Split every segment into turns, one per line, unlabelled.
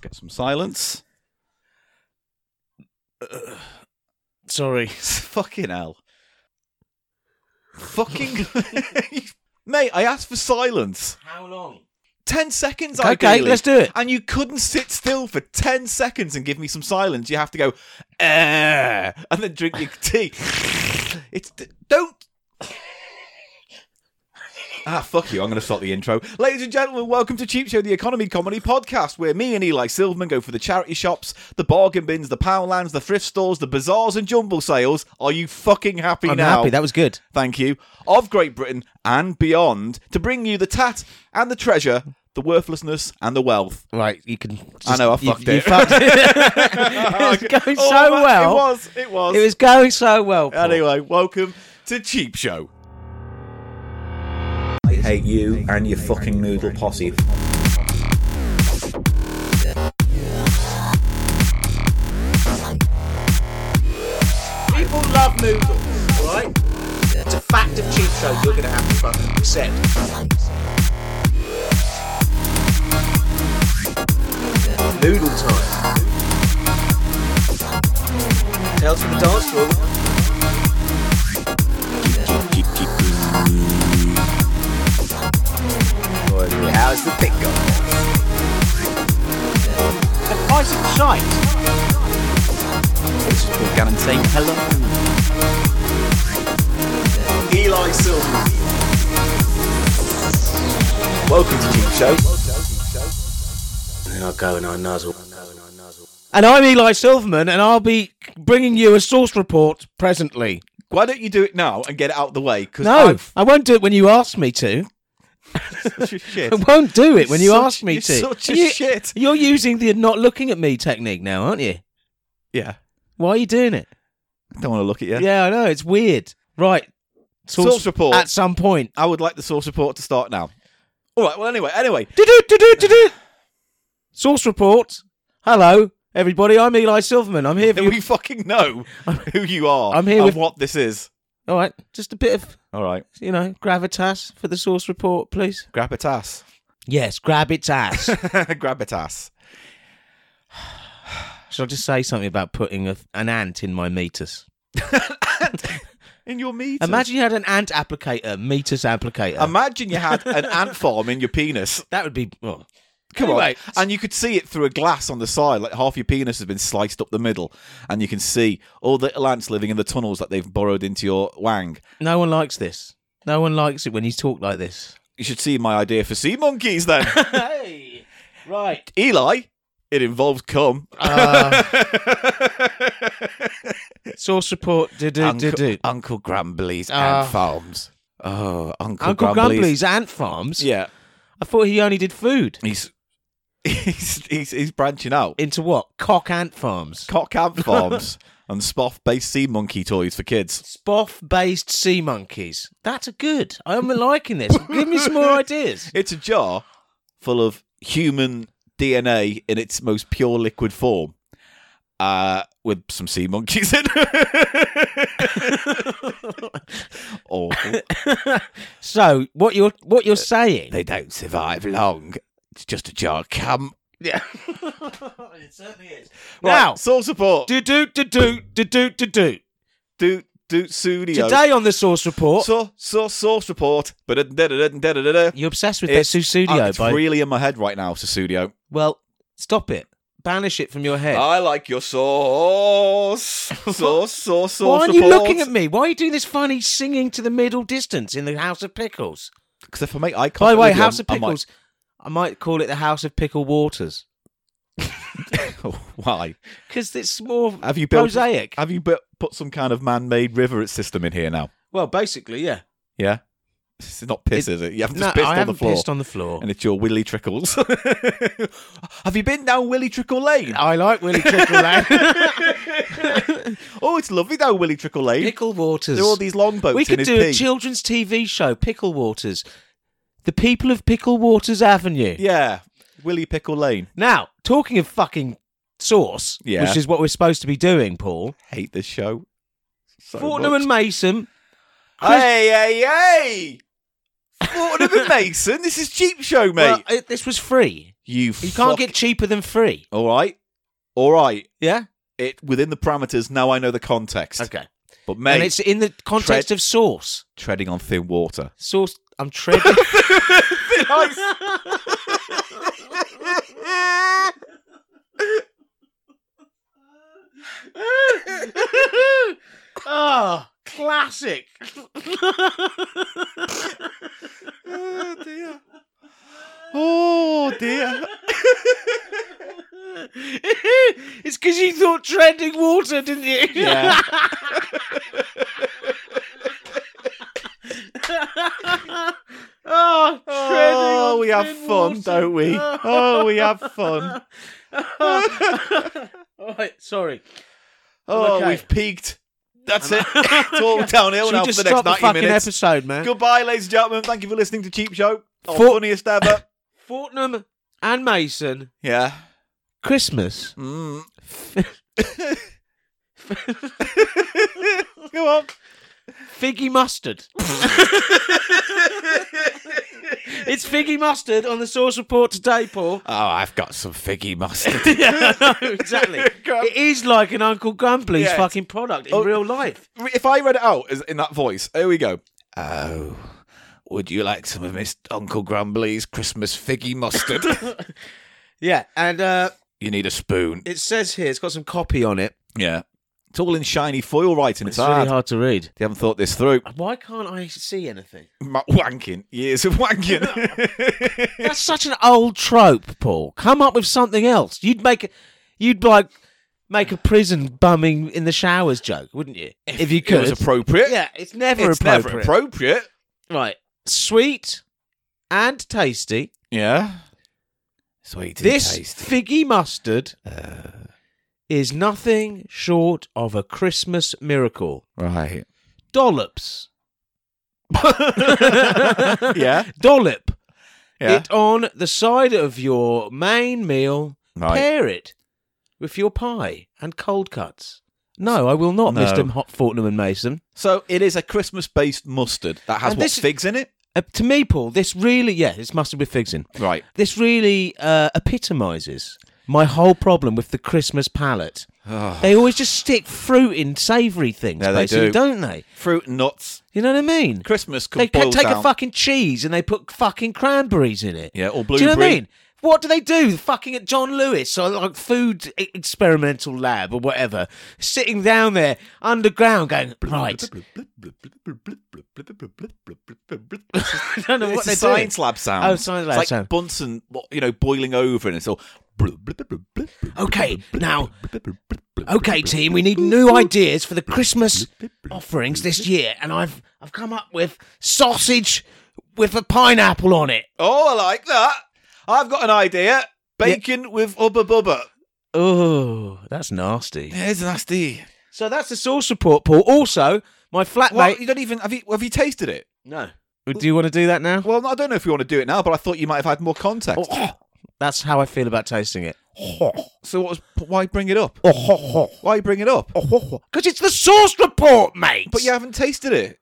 Get some silence.
Sorry.
Fucking hell. Fucking. Mate, I asked for silence.
How long?
10 seconds,
Okay,
ideally.
let's do it.
And you couldn't sit still for 10 seconds and give me some silence. You have to go, eh, and then drink your tea. It's. Don't. Ah, fuck you. I'm going to stop the intro. Ladies and gentlemen, welcome to Cheap Show, the economy comedy podcast, where me and Eli Silverman go for the charity shops, the bargain bins, the poundlands, the thrift stores, the bazaars, and jumble sales. Are you fucking happy
I'm
now?
happy. That was good.
thank you, of Great Britain and beyond to bring you the tat and the treasure, the worthlessness and the wealth.
Right, you can. Just,
know, I
you-
fucked
you
it.
fucked it. it was going so
Oh, man,
well.
It was. It was.
It was going so well. Paul.
Anyway, welcome to Cheap Show. I hate you and your fucking noodle posse.
People love noodles, all right? It's a fact of cheap show you're going to have to fucking accept. Noodle time. Tales from the dance floor. How's the pick going? The price of shite.
This is Paul Gannon saying hello.
Eli Silver.
Welcome to Cheap Show.
I go and I nuzzle.
And I'm Eli Silverman, and I'll be bringing you a source report presently.
Why don't you do it now and get it out the way? Because
No, I won't do it when you ask me to.
shit.
I won't do it when you
Such-
ask me
you're
to.
such a
you,
shit.
You're using the not looking at me technique now, aren't you?
Yeah.
Why are you doing it?
I don't want to look at you.
Yeah, I know. It's weird. Right.
Source report.
At some point.
I would like the source report to start now. All right. Well, anyway, anyway.
Do-do, do-do, do-do. Source report. Hello, everybody. I'm Eli Silverman. I'm here for
Then
you.
we fucking know who you are
I'm here
and
with-
what this is.
All right. Just a bit of,
All right.
you know, gravitas for the source report, please.
Grab a tass.
Yes, grab its ass.
Grab a tass.
Shall I just say something about putting a, an ant in my metus?
In your meat.
Imagine you had an ant applicator, metus applicator.
Imagine you had an ant farm in your penis.
that would be. Well,
Come
Anyway.
on. And you could see it through a glass on the side, like half your penis has been sliced up the middle. And you can see all the little ants living in the tunnels that they've burrowed into your wang.
no one likes this. No one likes it when you talk like this.
You should see my idea for sea monkeys then.
hey, right.
Eli, it involves cum.
Uh, Source report. Do do do do.
Uncle Grumbly's
Ah.
ant farms. Oh, Uncle,
Uncle
Grumbly's.
Grumbly's ant farms.
Yeah.
I thought he only did food.
He's, he's, he's, he's branching out.
Into what? Cock ant farms.
Cock ant farms and spoff based sea monkey toys for kids.
Spoff based sea monkeys. That's a good. I'm liking this. Give me some more ideas.
It's a jar full of human DNA in its most pure liquid form, uh, with some sea monkeys in. or
So what you're what you're saying?
they don't survive long. It's just a jar of cum.
Yeah. it certainly is.
Right,
Now
source support.
do do do do do do do do.
Do do studio.
Today on the source report,
so, so source report. But it's uh,
you're obsessed with their studio by
really in my head right now. Susudio.
well, stop it. Banish it from your head.
I like your sauce. Sauce, sauce, sauce.
Why aren't you looking at me? Why are you doing this funny singing to the middle distance in the House of Pickles?
Because if I make eye contact,
By the way,
with you,
House of
I'm- I'm
Pickles, I might call it the House of Pickle Waters
like, Oh, why?
because it's more
Have you built?
mosaic.
Have you bu- put some kind of man-made river system in here now?
Well, basically, yeah.
Yeah. It's not piss, is it? You haven't
No,
just pissed
I
on the
haven't
floor,
pissed on the floor.
and it's your Willy Trickles. have you been down Willy Trickle Lane?
I like Willy Trickle Lane.
Oh, it's lovely down Willy Trickle Lane.
Pickle Waters.
There are all these longboats
we
in
could
his
do a
pee.
children's TV show, Pickle Waters. The people of Pickle Waters Avenue.
Yeah, Willy Pickle Lane.
Now, talking of fucking sauce,
Yeah.
which is what we're supposed to be doing, Paul.
Hate this show. So
Fortnum
much.
and Mason. Chris-
Hey, hey, hey! Fortnum and Mason, this is cheap show, mate.
Well, it, this was free.
You
You can't get cheaper than free.
all right, all right.
Yeah.
It within the parameters. Now I know the context.
Okay.
But
and
mate,
it's in the context of sauce.
treading on thin water.
Sauce. I'm treading. oh, classic.
oh dear. Oh dear.
it's because you thought treading water, didn't you?
Yeah.
oh, treading
Oh,
on
we have
thin
fun,
water.
don't we? Oh, we have fun.
All right, sorry.
Oh,
Okay.
we've peaked. That's it. it's all downhill
Should we
now for
just
the next
stop the
90
fucking
minutes.
episode, man?
Goodbye, ladies and gentlemen. Thank you for listening to Cheap Show. Our
For-
funniest ever.
Fortnum and Mason,
yeah.
Christmas.
Mm. Go on.
Figgy mustard. it's figgy mustard on the source report today, Paul.
Oh, I've got some figgy mustard.
yeah, I know, exactly.
Grump-
It is like an Uncle Grumbly's
Yeah.
fucking product in
Oh.
real life.
if I read it out as- in that voice, here we go. Oh, would you like some of Miss Uncle Grumbly's Christmas figgy mustard?
Yeah, and uh,
you need a spoon.
it says here, it's got some copy on it.
Yeah. It's all in shiny foil writing. It's,
It's
hard.
really hard to read.
They haven't thought this through.
Uh, Why can't I see anything?
Ma- wanking. Years of wanking.
That's such an old trope, Paul. Come up with something else. You'd make, a, you'd like make a prison bumming in the showers joke, wouldn't you? If, you
it
could.
was appropriate.
yeah, it's never
It's
appropriate.
never appropriate.
right, sweet and tasty.
Yeah. Sweet and
this
tasty.
figgy mustard
Uh,
is nothing short of a Christmas miracle.
right.
Dollops.
Yeah.
Dollop
Yeah.
it on the side of your main meal.
Right.
Pair it with your pie and cold cuts. No, I will not,
No.
Mr. Hot Fortnum and Mason.
so it is a Christmas-based mustard that has
And
what
this-
figs in it.
Uh, to me, Paul, this really, yeah, it's mustard with figs in.
Right.
This really uh, epitomises my whole problem with the Christmas palate. They always just stick fruit in savoury things,
Yeah, they
basically,
do.
don't they?
Fruit and nuts.
You know what I mean?
Christmas can
They
boil
ca- take
down.
a fucking cheese and they put fucking cranberries in it.
Yeah, or
Do you know what I
blueberry.
mean? What do they do? Fucking at John Lewis or like food e- experimental lab or whatever, sitting down there underground, going right. I don't know
It's a
what they're
science
doing.
lab sound.
Oh, science lab
it's like
sound.
Bunsen, what- you know, boiling over, and it's all.
Okay, now- Okay, team, we need new ideas for the Christmas offerings this year, and I've I've come up with sausage with a pineapple on it.
Oh, I like that. I've got an idea. Bacon with Ubba Bubba.
Oh, that's nasty.
Yeah, it's nasty.
So that's the sauce report, Paul. Also, my
Well,
flatmate.
you don't even have you have you tasted it?
No. Do you want to do that now? Oh,
Well, I don't know if you want to do it now, but I thought you might have had more context.
That's how I feel about tasting it. Oh,
So what was why bring it up? Why bring it up?
Because it's the sauce report, mate.
But you haven't tasted it.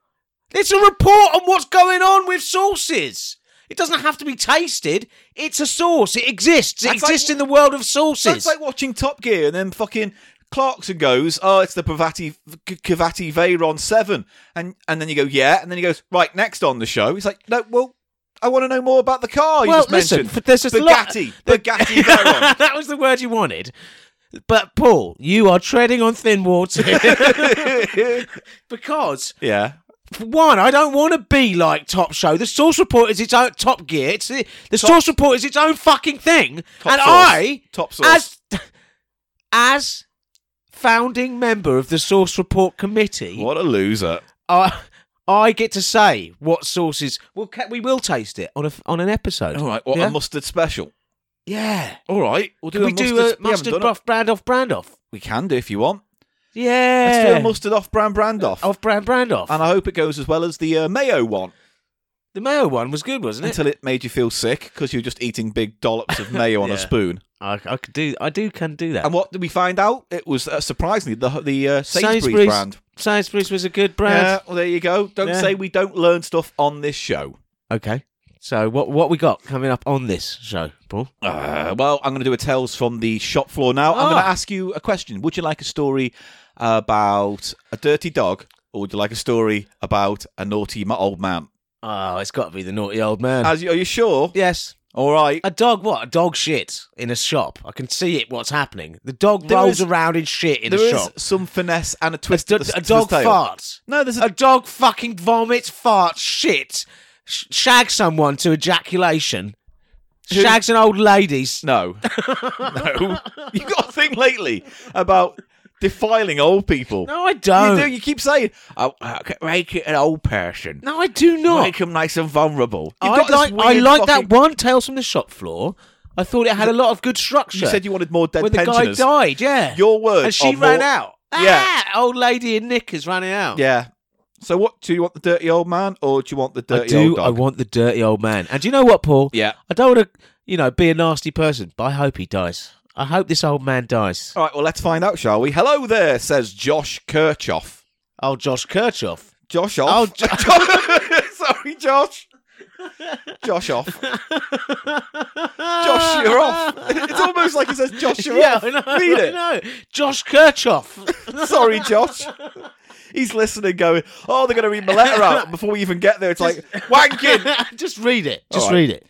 it's a report on what's going on with sauces. It doesn't have to be tasted. It's a sauce. It exists. It
That's like-
exists in the world of sauces.
That's like watching Top Gear and then fucking Clarkson goes, "Oh, it's the Pavati C- Cavati Veyron 7." And and then you go, "Yeah." And then he goes, "Right, next on the show." He's like, "No, well, I want to know more about the car you
well,
just
listen.
mentioned."
f- There's just a lot-
Bugatti, Bugatti Veyron.
that was the word you wanted. But Paul, you are treading on thin water because
yeah.
for one, I don't want to be like Top Show. The Source Report is its own Top Gear. It's the, the Source Report is its own fucking thing.
sauce.
and I,
Top sauce.
as as founding member of the Source Report Committee,
What a loser.
I, I get to say what sauces. We'll ca- we will taste it on a on an episode.
All right, what
yeah.
a mustard special.
yeah.
All right, we'll do
Can
a
we
mustard,
do a
we haven't
mustard
done it.
off brand off brand off?
We can do if you want.
Yeah. Oh.
Let's do a mustard off brand brand off.
off brand brand off.
And I hope it goes as well as the uh, mayo one
the mayo one was good, wasn't it?
until it made you feel sick because you were just eating big dollops of mayo on
Yeah.
a spoon.
I, I could do. I do can do that.
And what did we find out? It was uh, surprisingly the the uh, Sainsbury's, brand.
Sainsbury's was a good brand.
Yeah, well, there you go. Don't
Yeah.
say we don't learn stuff on this show.
Okay. So what what we got coming up on this show, Paul?
Uh, well, I'm going to do a tales from the shop floor now. I'm
Ah.
going to ask you a question. Would you like a story about a dirty dog, or would you like a story about a naughty ma- old man?
Oh, it's got to be the naughty old man.
As you, are you sure?
yes.
All right.
A dog what? A dog shit in a shop. I can see it. What's happening? The dog
There
rolls
is-
around in shit in
There
a
is
shop.
some finesse and a
A,
twist.
do-
to the-
a
to the
dog
tale.
farts.
No, there's a,
A dog fucking vomits, farts, shit, sh- shags someone to ejaculation,
Who-
shags an old lady. s-
no. no. You got a thing lately about defiling old people.
No, I
You
don't.
do. You keep saying, oh, uh, make it an old person.
no, I do not.
Make them nice and vulnerable. You've
I
got this
like, I
weird
like
fucking-
that one, Tales from the Shop Floor. I thought it had a lot of good structure.
You said you wanted more dead
when the guy
pensioners.
died, yeah.
Your words.
and she
are
ran
more-
out.
Yeah.
Ah, old lady in knickers running out.
Yeah. So what do you want the dirty old man or do you want the
I
dirty old
do.
dog?
I want the dirty old man. And do you know what, Paul?
yeah.
I don't want to, you know, be a nasty person, but I hope he dies. I hope this old man dies.
All right, well let's find out, shall we? Hello there, says Josh Kirchhoff.
Oh, Josh Kirchhoff.
Josh
Oh,
off.
Jo-
Sorry, Josh. Josh off. Josh, you're off. It's almost like it says Josh, you're
yeah,
off.
I know.
Read
I
it.
know. Josh Kirchhoff.
Sorry, Josh. He's listening, going, "Oh, they're going to read my letter out before we even get there." It's like wanking.
Just read it. Just
right.
read it.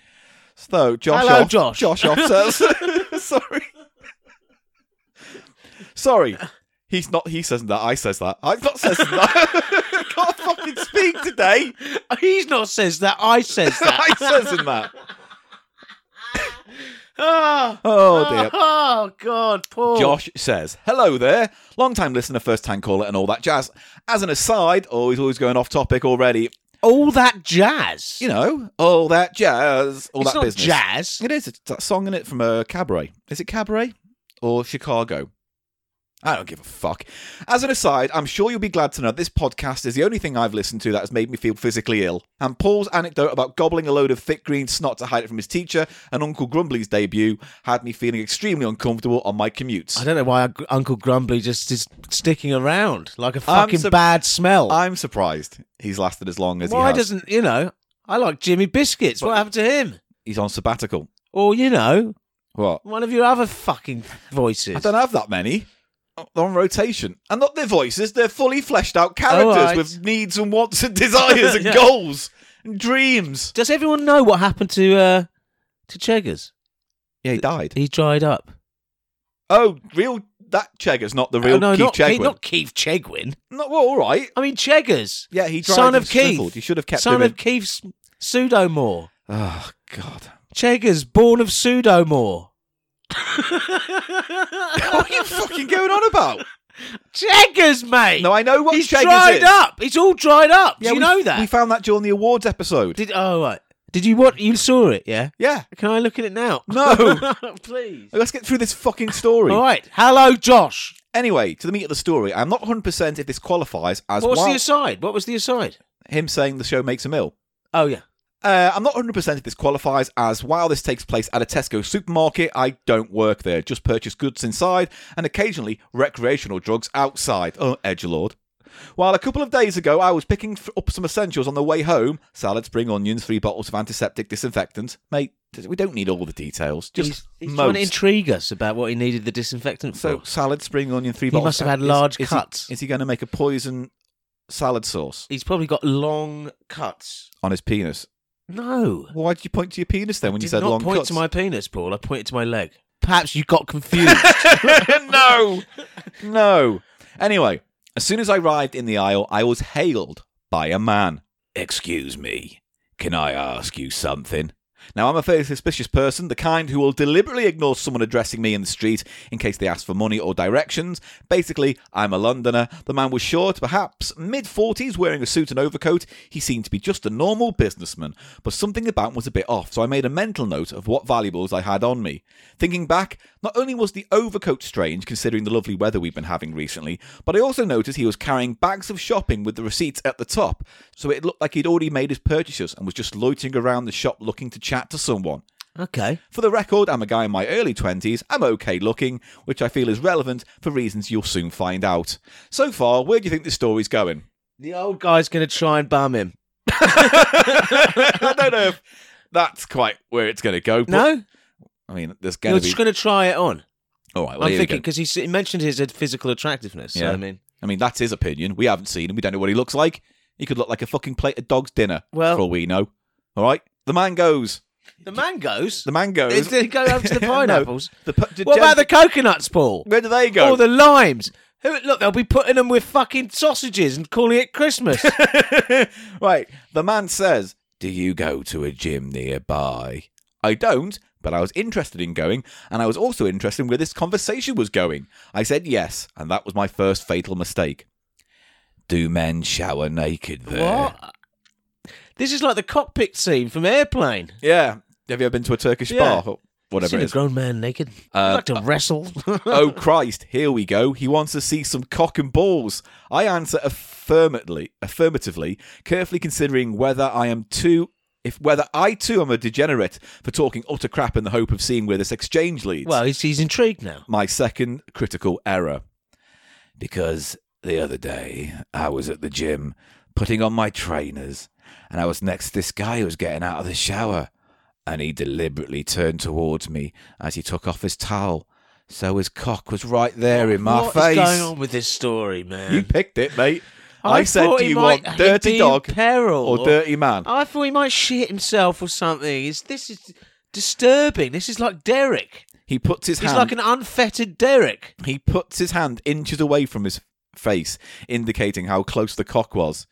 So Josh
Hello,
off,
Josh.
Josh off says sorry. Sorry. He's not he says that, I says that. I not says that. Can't fucking speak today.
He's not says that. I says that.
I says in that.
oh,
Oh dear.
Oh God, Paul.
Josh says, Hello there. Long time listener, first time caller, and all that jazz. As an aside, oh, he's always going off topic already.
all that jazz.
You know, all that jazz, all
it's
that
not
business.
jazz.
It is. It's that song in it from uh, Cabaret. Is it Cabaret or Chicago? I don't give a fuck. As an aside, I'm sure you'll be glad to know this podcast is the only thing I've listened to that has made me feel physically ill. And Paul's anecdote about gobbling a load of thick green snot to hide it from his teacher and Uncle Grumbly's debut had me feeling extremely uncomfortable on my commutes.
I don't know why Unc- Uncle Grumbly just is sticking around like a fucking
sur-
bad smell.
I'm surprised he's lasted as long as he
why
has.
doesn't you know? I like Jimmy Biscuits. What happened to him?
He's on sabbatical.
Or you know,
What?
one of your other fucking voices.
I don't have that many. They're on rotation. And not their voices, they're fully fleshed out
All
characters
Oh, right.
with needs and wants and desires and
Yeah.
goals and dreams.
Does everyone know what happened to uh, to Cheggers?
Yeah, he died.
He dried up.
Oh, real that Cheggers, not the
Oh,
real
no,
Keith
not,
Chegwin.
Keith, not Keith Chegwin.
No, well, all right.
I mean Cheggers.
Yeah, he dried and
Son of Keith.
sniffled. You should have kept
Son
him
of
in.
Keith's pseudomore.
Oh, God.
Cheggers, born of pseudomore.
What are you fucking going on about?
Cheggers, mate.
No, I know what
He's
Cheggers
dried
is.
up. He's all dried up.
Yeah,
Do you
we-
know that?
We found that during the awards episode.
Did oh right. Did you what? You saw it, yeah?
Yeah.
Can I look at it now?
No.
please.
Let's get through this fucking story.
All right. Hello, Josh.
Anyway, to the meat of the story, I'm not 100% if this qualifies as
What's the
wild-
aside? What was the aside?
him saying the show makes him ill.
Oh yeah.
Uh, I'm not 100% if this qualifies, as while this takes place at a Tesco supermarket, I don't work there. Just purchase goods inside and occasionally recreational drugs outside. Oh, edgelord. While a couple of days ago I was picking f- up some essentials on the way home salad, spring onions, three bottles of antiseptic disinfectant. Mate, th- we don't need all the details. Just
he's he's trying
most.
to intrigue us about what he needed the disinfectant
so,
for.
salad, spring onion, three
He
bottles.
must have had
Is-
large
is he-
cuts.
is he going to make a poison salad sauce
He's probably got long cuts.
on his penis?
No.
Why did you point to your penis then when
Did
you said
not
long
point
cuts?
to my penis, Paul. I pointed to my leg. Perhaps you got confused.
no, no. Anyway, as soon as I arrived in the aisle, I was hailed by a man. Excuse me, can I ask you something? Now, I'm a fairly suspicious person, the kind who will deliberately ignore someone addressing me in the street in case they ask for money or directions. Basically, I'm a Londoner. The man was short, perhaps mid 40s, wearing a suit and overcoat. He seemed to be just a normal businessman, but something about him was a bit off, so I made a mental note of what valuables I had on me. Thinking back, not only was the overcoat strange, considering the lovely weather we've been having recently, but I also noticed he was carrying bags of shopping with the receipts at the top, so it looked like he'd already made his purchases and was just loitering around the shop looking to chat to someone.
okay.
For the record, I'm a guy in my early 20s. I'm okay looking, which I feel is relevant for reasons you'll soon find out. So far, where do you think this story's going?
The old guy's going to try and bum him.
I don't know if that's quite where it's going to go. But,
No,
I mean, there's
you're
going to be.
just going to try it on.
All right, well,
I'm
here we go.
thinking because he mentioned his uh, physical attractiveness. So,
Yeah.
I mean,
I mean, that's his opinion. We haven't seen him. We don't know what he looks like. He could look like a fucking plate of dog's dinner,
Well-
for all we know. All right? The man goes.
the mangoes.
The man goes.
Did it go over to the
No.
pineapples?
The pu- the
What about the Oh,
gen-
coconuts, Paul?
Where do they go?
Or the limes? Who, look, they'll be putting them with fucking sausages and calling it Christmas.
right. The man says, Do you go to a gym nearby? I don't, but I was interested in going, and I was also interested in where this conversation was going. I said yes, and that was my first fatal mistake. Do men shower naked there?
what? This is like the cockpit scene from Airplane.
Yeah. Have you ever been to a Turkish
Yeah.
bar? Or whatever
Seen
it
a
is.
grown man naked.
Uh,
I'd like to wrestle.
oh Christ, here we go. He wants to see some cock and balls. I answer affirmatively, affirmatively, carefully considering whether I am too if whether I too am a degenerate for talking utter crap in the hope of seeing where this exchange leads.
well, he's, he's intrigued now.
my second critical error. Because the other day I was at the gym putting on my trainers and I was next to this guy who was getting out of the shower and he deliberately turned towards me as he took off his towel. So his cock was right there in my
What is
face.
going on with this story, man?
You picked it, mate. I, said,
thought
do
he
you
might
want dirty
be
dog
in peril,
or dirty man?
I thought he might shit himself or something. Is this is disturbing? This is like Derek.
He puts his
He's
hand
like an unfettered Derek.
He puts his hand inches away from his face, indicating how close the cock was.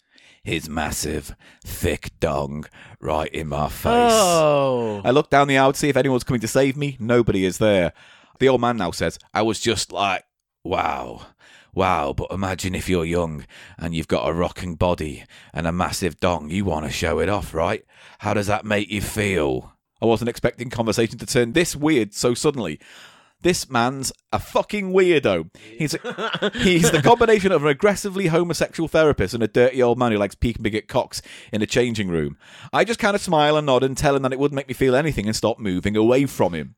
His massive, thick dong right in my face.
Oh,
I look down the aisle to see if anyone's coming to save me. Nobody is there. The old man now says, I was just like, wow, wow, but imagine if you're young and you've got a rocking body and a massive dong. You want to show it off, right? How does that make you feel? I wasn't expecting conversation to turn this weird so suddenly. This man's a fucking weirdo. He's a, he's the combination of an aggressively homosexual therapist and a dirty old man who likes peeking big at cocks in a changing room. I just kind of smile and nod and tell him that it wouldn't make me feel anything and stop moving away from him.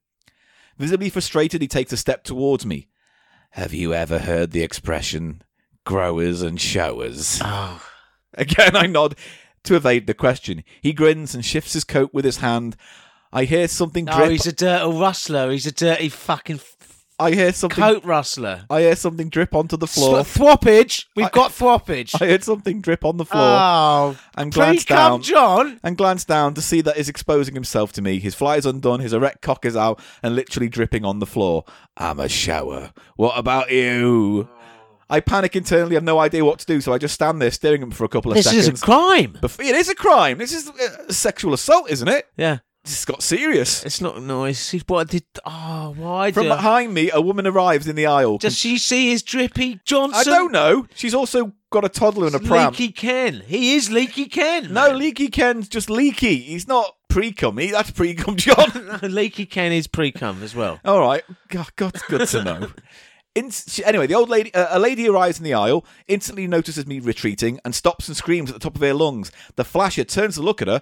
Visibly frustrated, he takes a step towards me. Have you ever heard the expression growers and showers?
oh.
Again, I nod to evade the question. He grins and shifts his coat with his hand. I hear something
No,
drip.
Oh, he's a dirty rustler. He's a dirty fucking f-
I hear something.
coat rustler.
I hear something drip onto the floor.
Sw- thwoppage. We've
I-
got thwoppage.
I heard something drip on the floor
oh,
and
please
glanced down
come, John.
and glanced down to see that he's exposing himself to me. His fly is undone, his erect cock is out, and literally dripping on the floor. I'm a shower. What about you? I panic internally. I've no idea what to do, so I just stand there staring at him for a couple of
This
seconds.
is a crime.
Bef- it is a crime. This is uh, sexual assault, isn't it?
Yeah,
This got serious.
it's not nice. He's- What did? Oh, why?
From
do-
behind me, a woman arrives in the aisle.
does she see his drippy Johnson?
I don't know. She's also got a toddler and a pram.
Leaky Ken. He is Leaky Ken.
No,
man.
Leaky Ken's just leaky. He's not pre-cum. He, that's pre-cum John.
No, Leaky Ken is pre cum as well.
All right. God, God's good to know. In- she- anyway, the old lady, uh, a lady arrives in the aisle, instantly notices me retreating, and stops and screams at the top of her lungs. The flasher turns to look at her,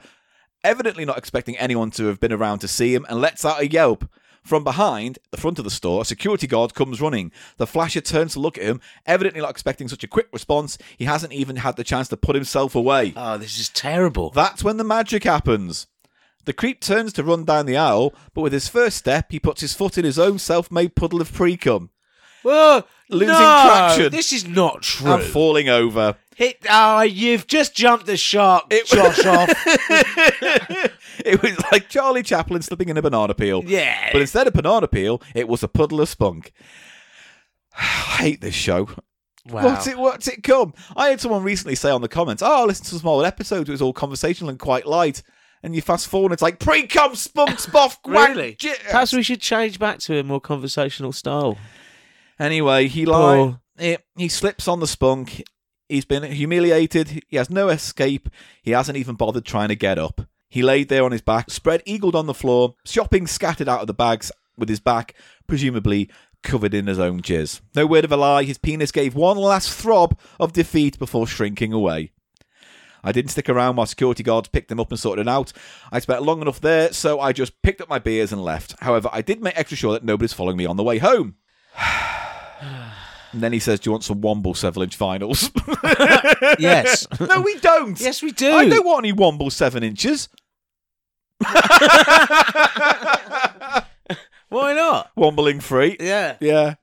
evidently not expecting anyone to have been around to see him, and lets out a yelp. From behind the front of the store, a security guard comes running. The flasher turns to look at him, evidently not expecting such a quick response. He hasn't even had the chance to put himself away.
Oh, this is terrible.
That's when the magic happens. The creep turns to run down the aisle, but with his first step, he puts his foot in his own self made puddle of pre cum
Whoa,
Losing
no,
traction.
This is not true.
and falling over.
Hit, oh, you've just jumped the shark,
It-
Josh off.
It was like Charlie Chaplin slipping in a banana peel.
Yeah.
But instead of banana peel, it was a puddle of spunk. I hate this show.
wow.
What's it? What's it come? I had someone recently say on the comments, "Oh, I listened to some old episodes. It was all conversational and quite light." And you fast forward, and it's like pre cum spunk spoff wank,
Really?
jit."
Perhaps we should change back to a more conversational style.
Anyway, he lies.
Paul.
He slips on the spunk. He's been humiliated. He has no escape. He hasn't even bothered trying to get up. He laid there on his back, spread eagled on the floor, shopping scattered out of the bags with his back, presumably covered in his own jizz. No word of a lie, his penis gave one last throb of defeat before shrinking away. I didn't stick around while security guards picked them up and sorted it out. I spent long enough there, so I just picked up my beers and left. However, I did make extra sure that nobody's following me on the way home. And then he says, Do you want some Womble seven inch finals?
yes.
no, we don't.
Yes, we do.
I don't want any Womble seven inches.
Why not?
Wombling free.
Yeah.
Yeah.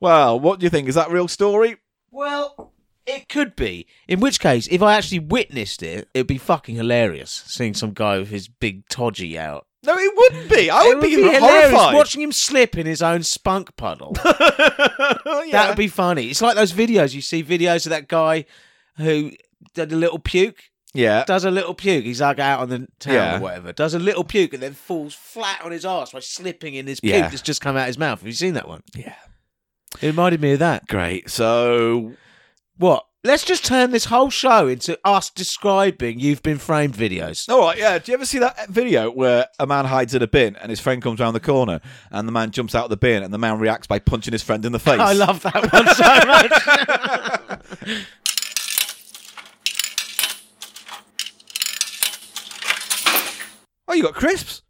Well, what do you think? Is that real story?
Well, it could be. In which case, if I actually witnessed it, it'd be fucking hilarious seeing some guy with his big todgy out.
No, it wouldn't be. I
It
would, be, horrified.
watching him slip in his own spunk puddle. That would be funny. It's like those videos you see videos of that guy who did a little puke,
yeah.
does a little puke. He's like out on the town
Yeah.
or whatever, does a little puke and then falls flat on his ass by slipping in his puke
Yeah.
that's just come out his mouth. Have you seen that one?
Yeah.
It reminded me of that.
Great. So
What? Let's just turn this whole show into us describing you've been framed videos.
All right, yeah. Do you ever see that video where a man hides in a bin and his friend comes round the corner and the man jumps out of the bin and the man reacts by punching his friend in the face?
I love that one so much.
Oh, you got crisps?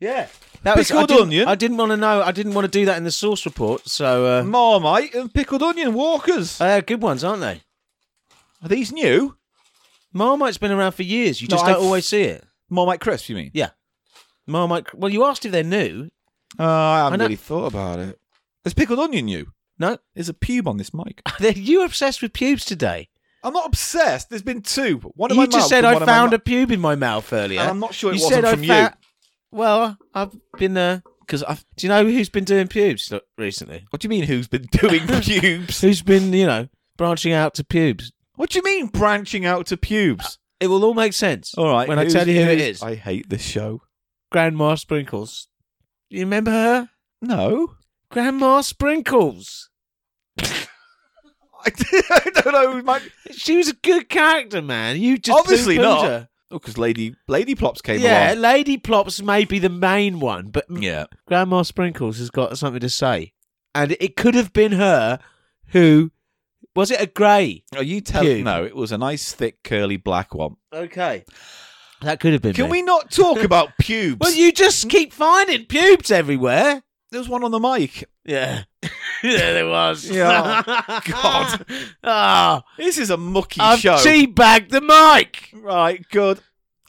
yeah. That was, I
Pickled
didn't,
onion.
I didn't want to know. I didn't want to do that in the source report. So uh,
Marmite and pickled onion walkers.
they're good ones, aren't they?
Are these new?
Marmite's been around for years. You
No,
just
I've-
don't always see it.
Marmite crisps, you mean?
Yeah. Marmite. Well, you asked if they're new.
Oh, I haven't
I know-
really thought about it. Is pickled onion new?
No.
There's a pube on this mic.
You're obsessed with pubes today.
I'm not obsessed. There's been two. One in
you
my
just
mouth
said
and
I
one in my
found
mu-
a pube in my mouth earlier.
And I'm not sure it
you
wasn't
said
from
I
you.
found- Well, I've been. Uh,
Because I've.
do you know who's been doing pubes lo- recently?
What do you mean? Who's been doing pubes?
Who's been, you know, branching out to pubes?
What do you mean branching out to pubes?
It will all make sense.
All right.
When I
who's-
tell you who it
who's-
is.
I hate this show.
Grandma Sprinkles. You remember her?
No.
Grandma Sprinkles.
I don't know. My...
She was a good character, man. You just
Obviously
poo-pooed
not.
her.
Oh, because Lady Lady Plops came
Yeah,
along.
Lady Plops may be the main one, but
Yeah.
Grandma Sprinkles has got something to say, and it could have been her. Who was it? A grey?
Are Oh, you telling?
Pube.
No, it was a nice, thick, curly black one.
Okay, that could have been.
Can
me.
we not talk about pubes?
Well, you just keep finding pubes everywhere.
There was one on the mic.
Yeah. yeah, there was.
Yeah.
God. Oh,
This is a mucky
I've
show.
teabagged the mic.
Right, good.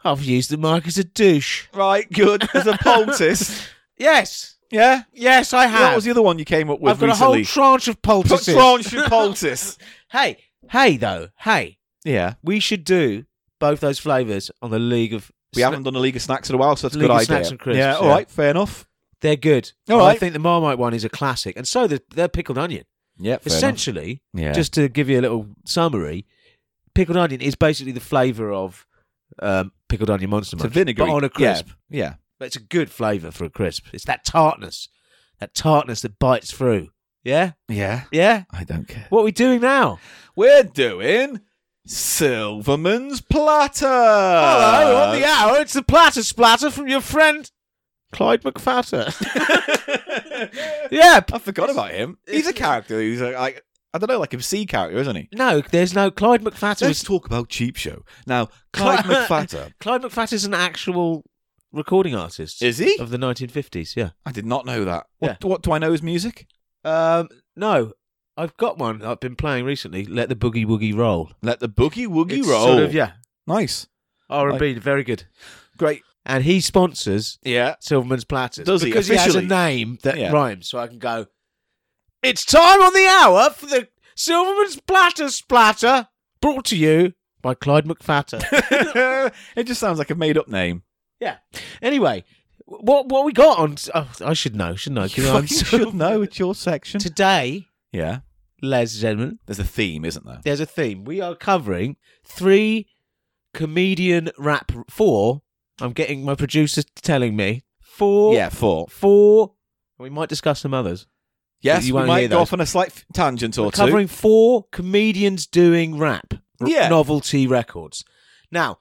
I've used the mic as a douche.
Right, good. As a poultice.
Yes.
yeah.
Yes, I have.
What was the other one you came up with
I've got
recently?
a whole tranche of
Put
poultices.
tranche and poultice.
hey, hey, though. Hey,
Yeah.
we should do both those flavours on the League of...
We haven't done a League of Snacks in a while, so that's a
League
good
of
idea.
Snacks and crisps,
yeah, all
yeah.
right, fair enough.
They're good.
All
I
right.
think the Marmite one is a classic. And so the, their pickled onion.
Yeah, fair
Essentially...
enough. Yeah.
just to give you a little summary, pickled onion is basically the flavour of um, pickled onion monster
it's a
munch,
vinegar
but on a crisp.
Yeah.
But it's a good flavour for a crisp. It's that tartness, that tartness that bites through. Yeah,
yeah. Yeah.
yeah.
I don't care.
What are we doing now?
We're doing Silverman's Platter.
Hello, on the hour. It's the platter splatter from your friend Clyde McFatter. yeah. p-
I forgot about him. He's a character who's a, like, I don't know, like a C character, isn't he?
No, there's no Clyde McFatter.
Let's
Is,
talk about Cheap Show. Now, Clyde
Clyde-
McFatter.
Clyde McFatter's an actual recording artist
Is he?
of the 1950s. Yeah.
I did not know that. What, what do I know his music?
Um, no, I've got one that I've been playing recently. Let the boogie woogie roll.
Let the boogie woogie
It's
roll.
Sort of, yeah.
Nice.
R and B, very good.
Great.
And he sponsors
Yeah.
Silverman's Platters
Does he?
because has
Officially?
a name that
Yeah.
rhymes, so I can go. It's time on the hour for the Silverman's Platter Splatter, brought to you by Clyde McFatter.
it just sounds like a made up name.
yeah. Anyway, what what we got on? Oh, I should know, shouldn't I? 'Cause
You
I'm
fucking
so-
should know. It's your section.
Today,
Yeah.
ladies and gentlemen,
There's a theme, isn't there?
there's a theme. We are covering three comedian rap four. I'm getting my producer telling me four.
Yeah, four.
four. We might discuss some others.
Yes,
you
we
won't
might
hear
go
those.
off on a slight f- tangent or
We're
two.
covering four comedians doing rap r-
Yeah.
novelty records. Now,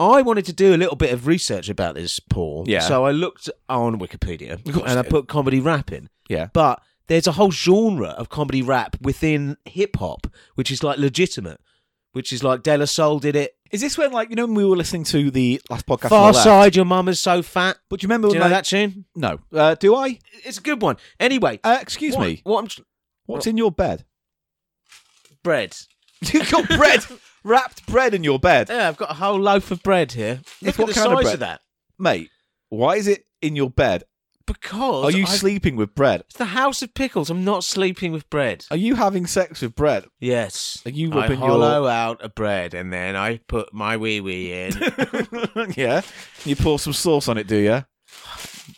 I wanted to do a little bit of research about this, Paul.
Yeah.
So I looked on Wikipedia
Of course
and I
you
put comedy rap in.
Yeah.
But there's a whole genre of comedy rap within hip hop, which is like legitimate, which is like De La Soul did it.
Is this when, like, you know, when we were listening to the last podcast?
Far
on the left?
Side, Your Mum Is So Fat.
But do you remember
Do you know
when
that tune?
No. Uh, do I?
It's a good one. Anyway,
Uh, excuse
what-
me.
What I'm tr-
What's in your bed?
bread?
You've got bread, wrapped bread in your bed.
Uh, Yeah, I've got a whole loaf of bread here. Look
what
at the
kind of
size
bread?
of that.
mate, why is it in your bed?
Because
Are you
I've-
sleeping with bread?
It's the house of pickles. I'm not sleeping with bread.
Are you having sex with bread?
Yes.
Are you
I
rubbing your-
hollow out a bread and then I put my wee wee in.
yeah. You pour some sauce on it, do you?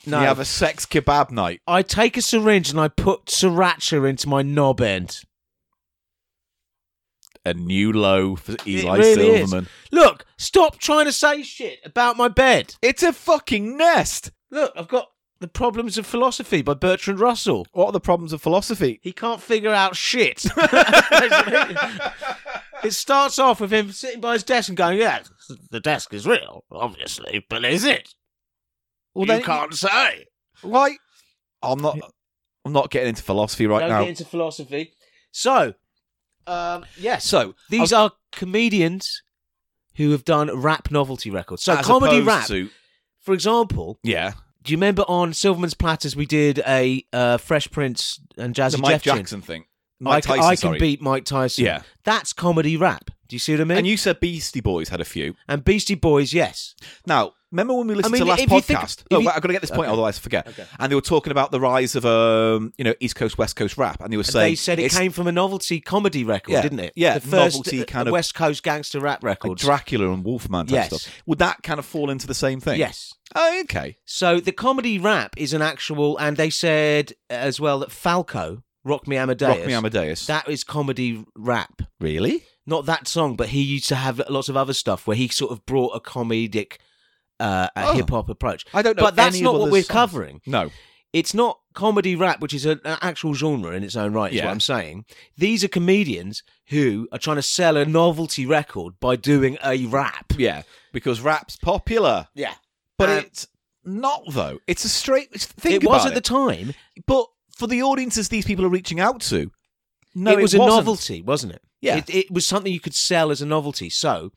No.
You have a sex kebab night.
I take a syringe and I put sriracha into my knob end.
A new low for Eli
it really is.
Silverman.
Look, stop trying to say shit about my bed.
It's a fucking nest.
Look, I've got The Problems of Philosophy by Bertrand Russell.
What are the problems of philosophy?
He can't figure out shit. it starts off with him sitting by his desk and going, Yeah, the desk is real, obviously, but is it?
Well,
you
then-
can't say.
Why? I'm not. I'm not getting into philosophy right
Don't
now.
get into philosophy. So, um, yes.
so
These are comedians who have done rap novelty records. So comedy rap,
To,
for example.
yeah,
Do you remember on Silverman's Platters we did a uh, Fresh Prince and Jazzy
the Mike
Jeff tune?
Jackson thing. Mike
I,
Tyson.
I can
sorry.
beat Mike Tyson.
Yeah.
that's comedy rap. Do you see what I mean?
And you said Beastie Boys had a few.
And Beastie Boys, yes.
Now, remember when we listened
mean,
to last
if you think-
podcast?
if
Oh,
you-
wait, I've got to get this point,
Okay.
otherwise I forget. And they were talking about the rise of um, you know, East Coast West Coast rap, and they were saying
they said it
it's
came from a novelty comedy record,
Yeah,
didn't it?
yeah,
the first
novelty
uh,
kind of-
West Coast gangster rap
like
records.
Dracula and Wolfman type
Yes.
stuff. Would that kind of fall into the same thing?
yes.
Oh, okay.
So the comedy rap is an actual, and they said as well that Falco, Rock Me Amadeus,
Rock me Amadeus.
that is comedy rap.
really?
Not that song, but he used to have lots of other stuff where he sort of brought a comedic, uh, a
Oh.
hip hop approach.
I don't know
But that's
any
not
of
what
the
we're
songs.
covering.
No.
It's not comedy rap, which is an an actual genre in its own right. Is
Yeah.
what I'm saying. These are comedians who are trying to sell a novelty record by doing a rap.
Yeah, because rap's popular,
Yeah,
but
Um,
it's not though. It's a straight. Think
it was
about
at the time.
but for the audiences these people are reaching out to, no,
it was a
wasn't.
novelty, wasn't it?
Yeah.
It, it was something you could sell as a novelty. So,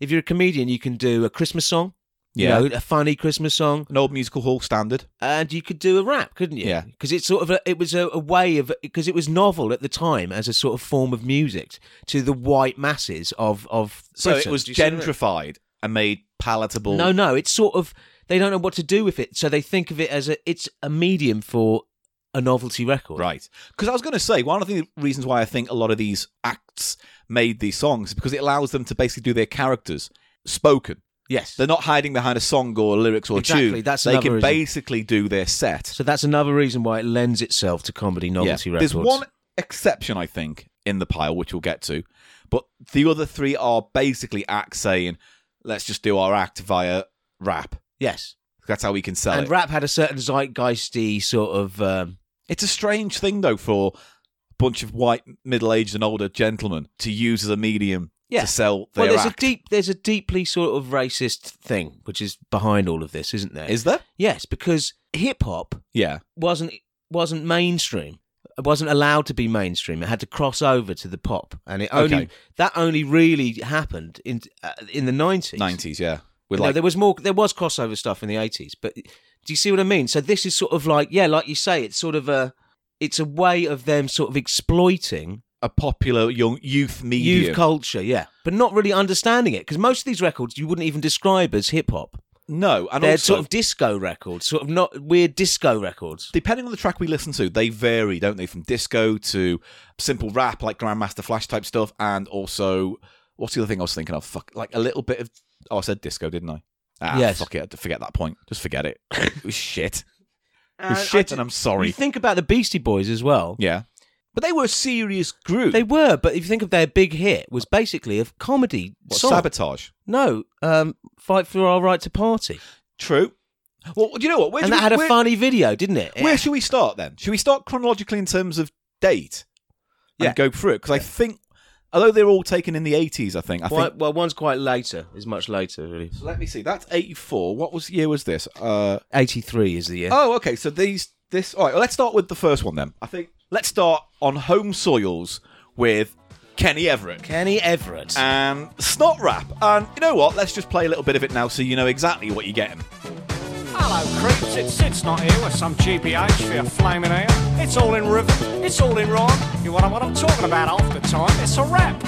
if you're a comedian, you can do a Christmas song,
Yeah.
you know, a funny Christmas song,
An old musical hall standard.
and you could do a rap, couldn't you?
Yeah.
Because it's sort of a, it was a, a way of because it was novel at the time as a sort of form of music to the white masses of of.
So it
Britain.
was
Do you see what I mean?
gentrified and made palatable.
No, no, it's sort of they don't know what to do with it, so they think of it as a it's a medium for a novelty record.
Right. Because I was going to say, one of the reasons why I think a lot of these acts made these songs is because it allows them to basically do their characters spoken.
Yes.
They're not hiding behind a song or lyrics or
Exactly,
tune.
that's
they
another
can
reason.
basically do their set.
so that's another reason why it lends itself to comedy novelty
Yeah.
records.
There's one exception, I think, in the pile, which we'll get to. But the other three are basically acts saying, let's just do our act via rap.
Yes.
That's how we can sell
and
it.
rap had a certain zeitgeisty sort of um,
it's a strange thing, though, for a bunch of white, middle aged, and older gentlemen to use as a medium
Yeah.
to sell
well
their
there's
act.
a deep there's a deeply sort of racist thing which is behind all of this isn't there
Is there?
yes because hip hop
Yeah.
wasn't wasn't mainstream. It wasn't allowed to be mainstream. It had to cross over to the pop, and it only
Okay.
that only really happened in uh, in the nineties.
90s, yeah. With
No,
like,
there was more. There was crossover stuff in the eighties, but do you see what I mean? So this is sort of like yeah, like you say, it's sort of a it's a way of them sort of exploiting
a popular young youth medium.
youth culture, yeah, but not really understanding it because most of these records you wouldn't even describe as hip hop.
no, and
They're
also,
sort of disco records, sort of not weird disco records.
depending on the track we listen to, they vary, don't they? From disco to simple rap, like Grandmaster Flash type stuff, and also what's the other thing I was thinking of? Fuck, like a little bit of. Oh, I said disco, didn't I? Ah,
Yes.
fuck it. Forget that point. Just forget it. It was shit. It was shit, and I'm
You
sorry.
think about the Beastie Boys as well.
Yeah, but they were a serious group.
They were, but if you think of their big hit was basically a comedy
What,
song.
sabotage.
no, um, fight for our right to party,
True. Well, do you know what? Where
and
do we,
that had a
where,
funny video, didn't it?
Where should we start then? Should we start chronologically in terms of date? And
Yeah.
go through it because I think, although they're all taken in the 80s, I think I think
Quite- well, one's quite later. Is much later, really.
Let me see. That's eighty four. What was year was this? Uh,
Eighty-three is the year.
oh, okay. So these this. All right. Let's start with the first one then. I think let's start on home soils with Kenny Everett
Kenny Everett.
and Snot Rap. And you know what? Let's just play a little bit of it now, so you know exactly what you're getting.
Hello, creeps. It's Sid's not here with some GBH for your flaming ear. It's all in rhythm. It's all in rhyme. You want to know what I'm talking about half the time? It's a rap.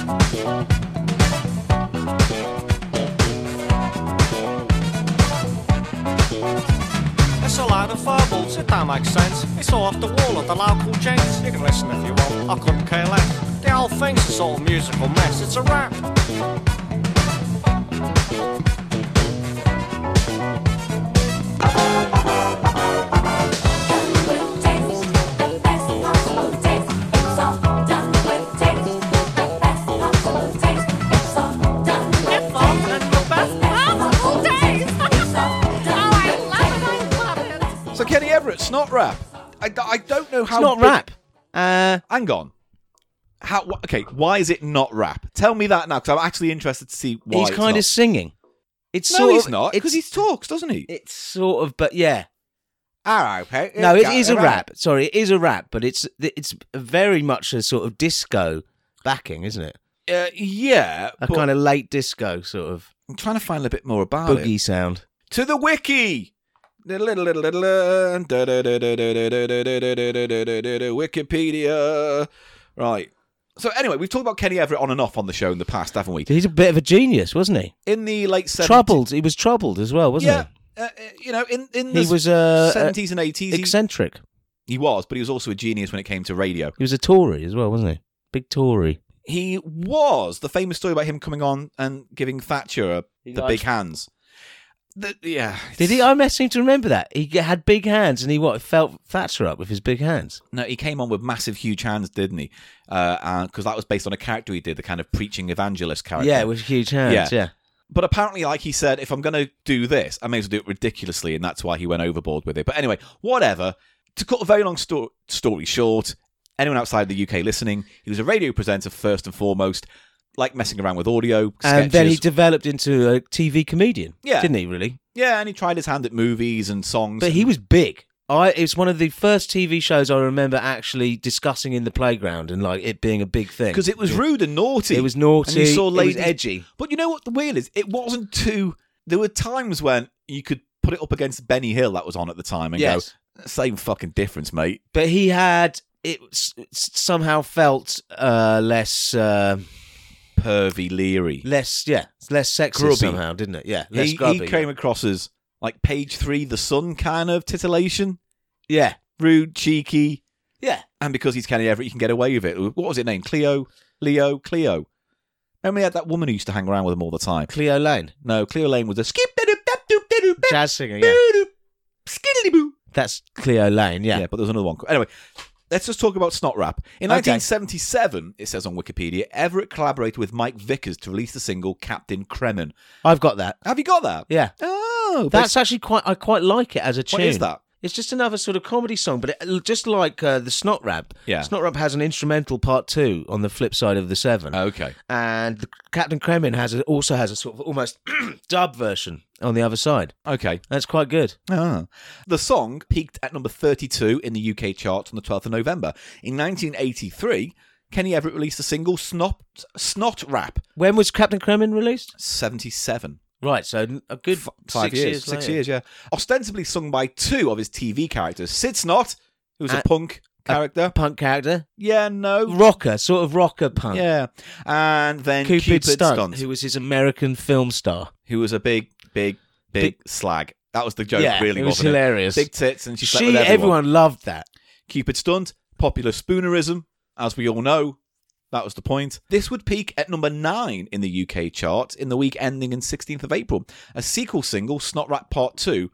a load of furballs. It don't make sense. It's all off the wall of the local gents. You can listen if you want. I couldn't care less. The whole thing's a sort of musical mess. It's a rap.
So Kenny Everett, snot rap. I, I don't know how.
It's not
big-
rap. Uh,
Hang on. How? wh- Okay, why is it not rap? Tell me that now, because I'm actually interested to see why.
he's
it's
kind
not.
of singing. It's
No,
sort
he's
of,
not,
It's,
because he talks, doesn't he?
it's sort of, but yeah.
Ah, okay.
No, it
Yeah,
is a
right.
rap. Sorry, it is a rap, but it's it's very much a sort of disco backing, isn't it?
Uh, yeah,
A
but
kind of late disco sort of
I'm trying to find a bit more about it.
boogie sound.
to the wiki. Wikipedia. Right. So anyway, we've talked about Kenny Everett on and off on the show in the past, haven't we?
He's a bit of a genius, wasn't he?
In the late 70s.
Troubled. He was troubled as well, wasn't
Yeah. Uh, you know, in, in the
he? He was uh, uh,
70s and 80s. he-
eccentric.
he was, but he was also a genius when it came to radio.
He was a Tory as well, wasn't he? Big Tory.
He was the famous story about him coming on and giving Thatcher a, the
liked-
big hands. The- yeah.
Did he? I seem to remember that he had big hands, and he what felt Thatcher up with his big hands.
No, he came on with massive, huge hands, didn't he? Because that was based on a character he did, the kind of preaching evangelist character.
Yeah, with huge hands.
Oh, Yeah.
Yeah.
But apparently, like he said, if I'm going to do this, I may as well do it ridiculously, and that's why he went overboard with it. But anyway, whatever. To cut a very long sto- story short, anyone outside the UK listening, he was a radio presenter first and foremost, like messing around with audio.
And then he
sketches.
developed into a TV comedian.
Yeah.
didn't he? Really?
yeah, and he tried his hand at movies and songs.
But he was big. I it's one of the first TV shows I remember actually discussing in the playground and like it being a big thing
because it was rude and naughty.
It was naughty.
And you saw
It was
ladies,
edgy.
But you know what the weird is? It wasn't too. There were times when you could put it up against Benny Hill that was on at the time and
Yes.
go, same fucking difference, mate.
but he had it s- s- somehow felt uh, less uh,
Pervy Leary.
less yeah less sexist
Grubby.
somehow, didn't it? Yeah, less
He,
grubby.
he came across as like page three, the sun kind of titillation,
yeah,
rude, cheeky,
yeah.
and because he's Kenny Everett, you can get away with it. What was it named? Cleo, Leo, Cleo. Remember he had that woman who used to hang around with him all the time.
Cleo Lane,
No, Cleo Lane was a skip doop doop doop
jazz singer. Yeah,
doop skiddly boo.
that's Cleo Lane. Yeah,
Yeah, but there's another one. Anyway, let's just talk about snot rap. In
Okay.
1977, it says on Wikipedia, Everett collaborated with Mike Vickers to release the single Captain Kremen.
I've got that.
Have you got that?
Yeah,
Oh,
that's actually quite. I quite like it as a
what
tune.
is that?
It's just another sort of comedy song, but it, just like uh, the Snot Rap.
Yeah.
Snot Rap has an instrumental part two on the flip side of the seven,
Okay.
and the Captain Kremen has a, also has a sort of almost dub version on the other side.
Okay.
That's quite good.
Ah. The song peaked at number 32 in the UK charts on the 12th of November. In 1983, Kenny Everett released the single Snot, snot Rap
When was Captain Kremen released?
77.
Right, so a good
Five
six
years.
years.
six
later.
years, yeah. Ostensibly sung by two of his TV characters Sid Snot, who was a
Uh,
punk character.
Punk character,
yeah, no.
rocker, sort of rocker punk.
Yeah. And then
Cupid,
Cupid,
Stunt,
Stunt,
who
who,
was his American film star.
who was a big, big, big, slag. That was the joke,
yeah,
really,
it was
wasn't
hilarious.
Big tits, and she slept
she,
with
everyone.
everyone.
loved that.
Cupid stunt, popular spoonerism, as we all know. That was the point. This would peak at number nine in the UK chart in the week ending in 16th of April. A sequel single, Snot Rat Part 2,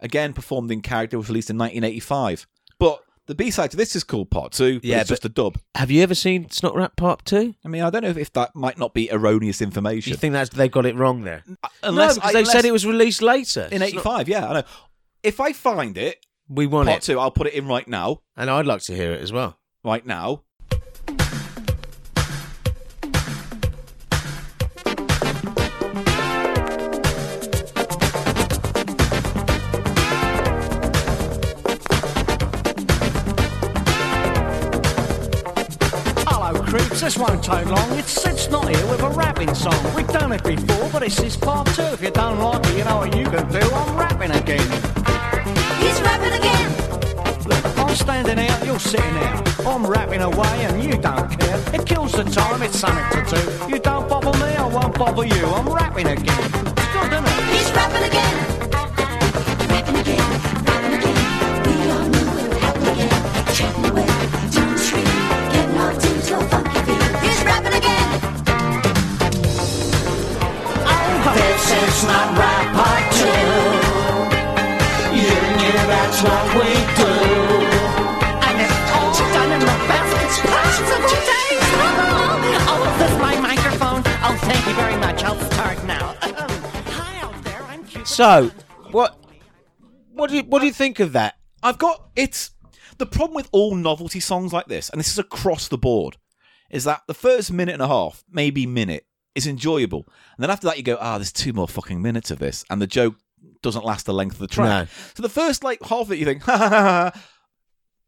again performed in character, was released in 1985. But the B side to this is called Part 2, but
Yeah,
it's
but-
just a dub.
Have you ever seen Snot Rap Part Two?
I mean, I don't know if, if that might not be erroneous information. Uh,
You think that's they got it wrong there?
unless,
no, because they said it was released later
in 85, yeah, I know. If I find it,
We want
Part
it,
2, I'll put it in right now.
and I'd like to hear it as well.
Right now.
Hello, creeps. This won't take long. It's Sid's not here with a rapping song. We've done it before, but this is part two. If you don't like it, you know what you can do. I'm rapping again.
He's rapping again.
Look, I'm standing out, you're sitting out. I'm rapping away and you don't care. It kills the time, it's something to do. You don't bother me, I won't bother you. I'm rapping again. It's good, isn't it?
He's rapping again. Rapping again. Rapping again.
So, what what do you what do you think of that?
I've got it's the problem with all novelty songs like this, and this is across the board, is that the first minute and a half, maybe minute, is enjoyable, and then after that you go, ah, there's two more fucking minutes of this, and the joke doesn't last the length of the track. So the first like half of it, you think, ha ha ha. ha,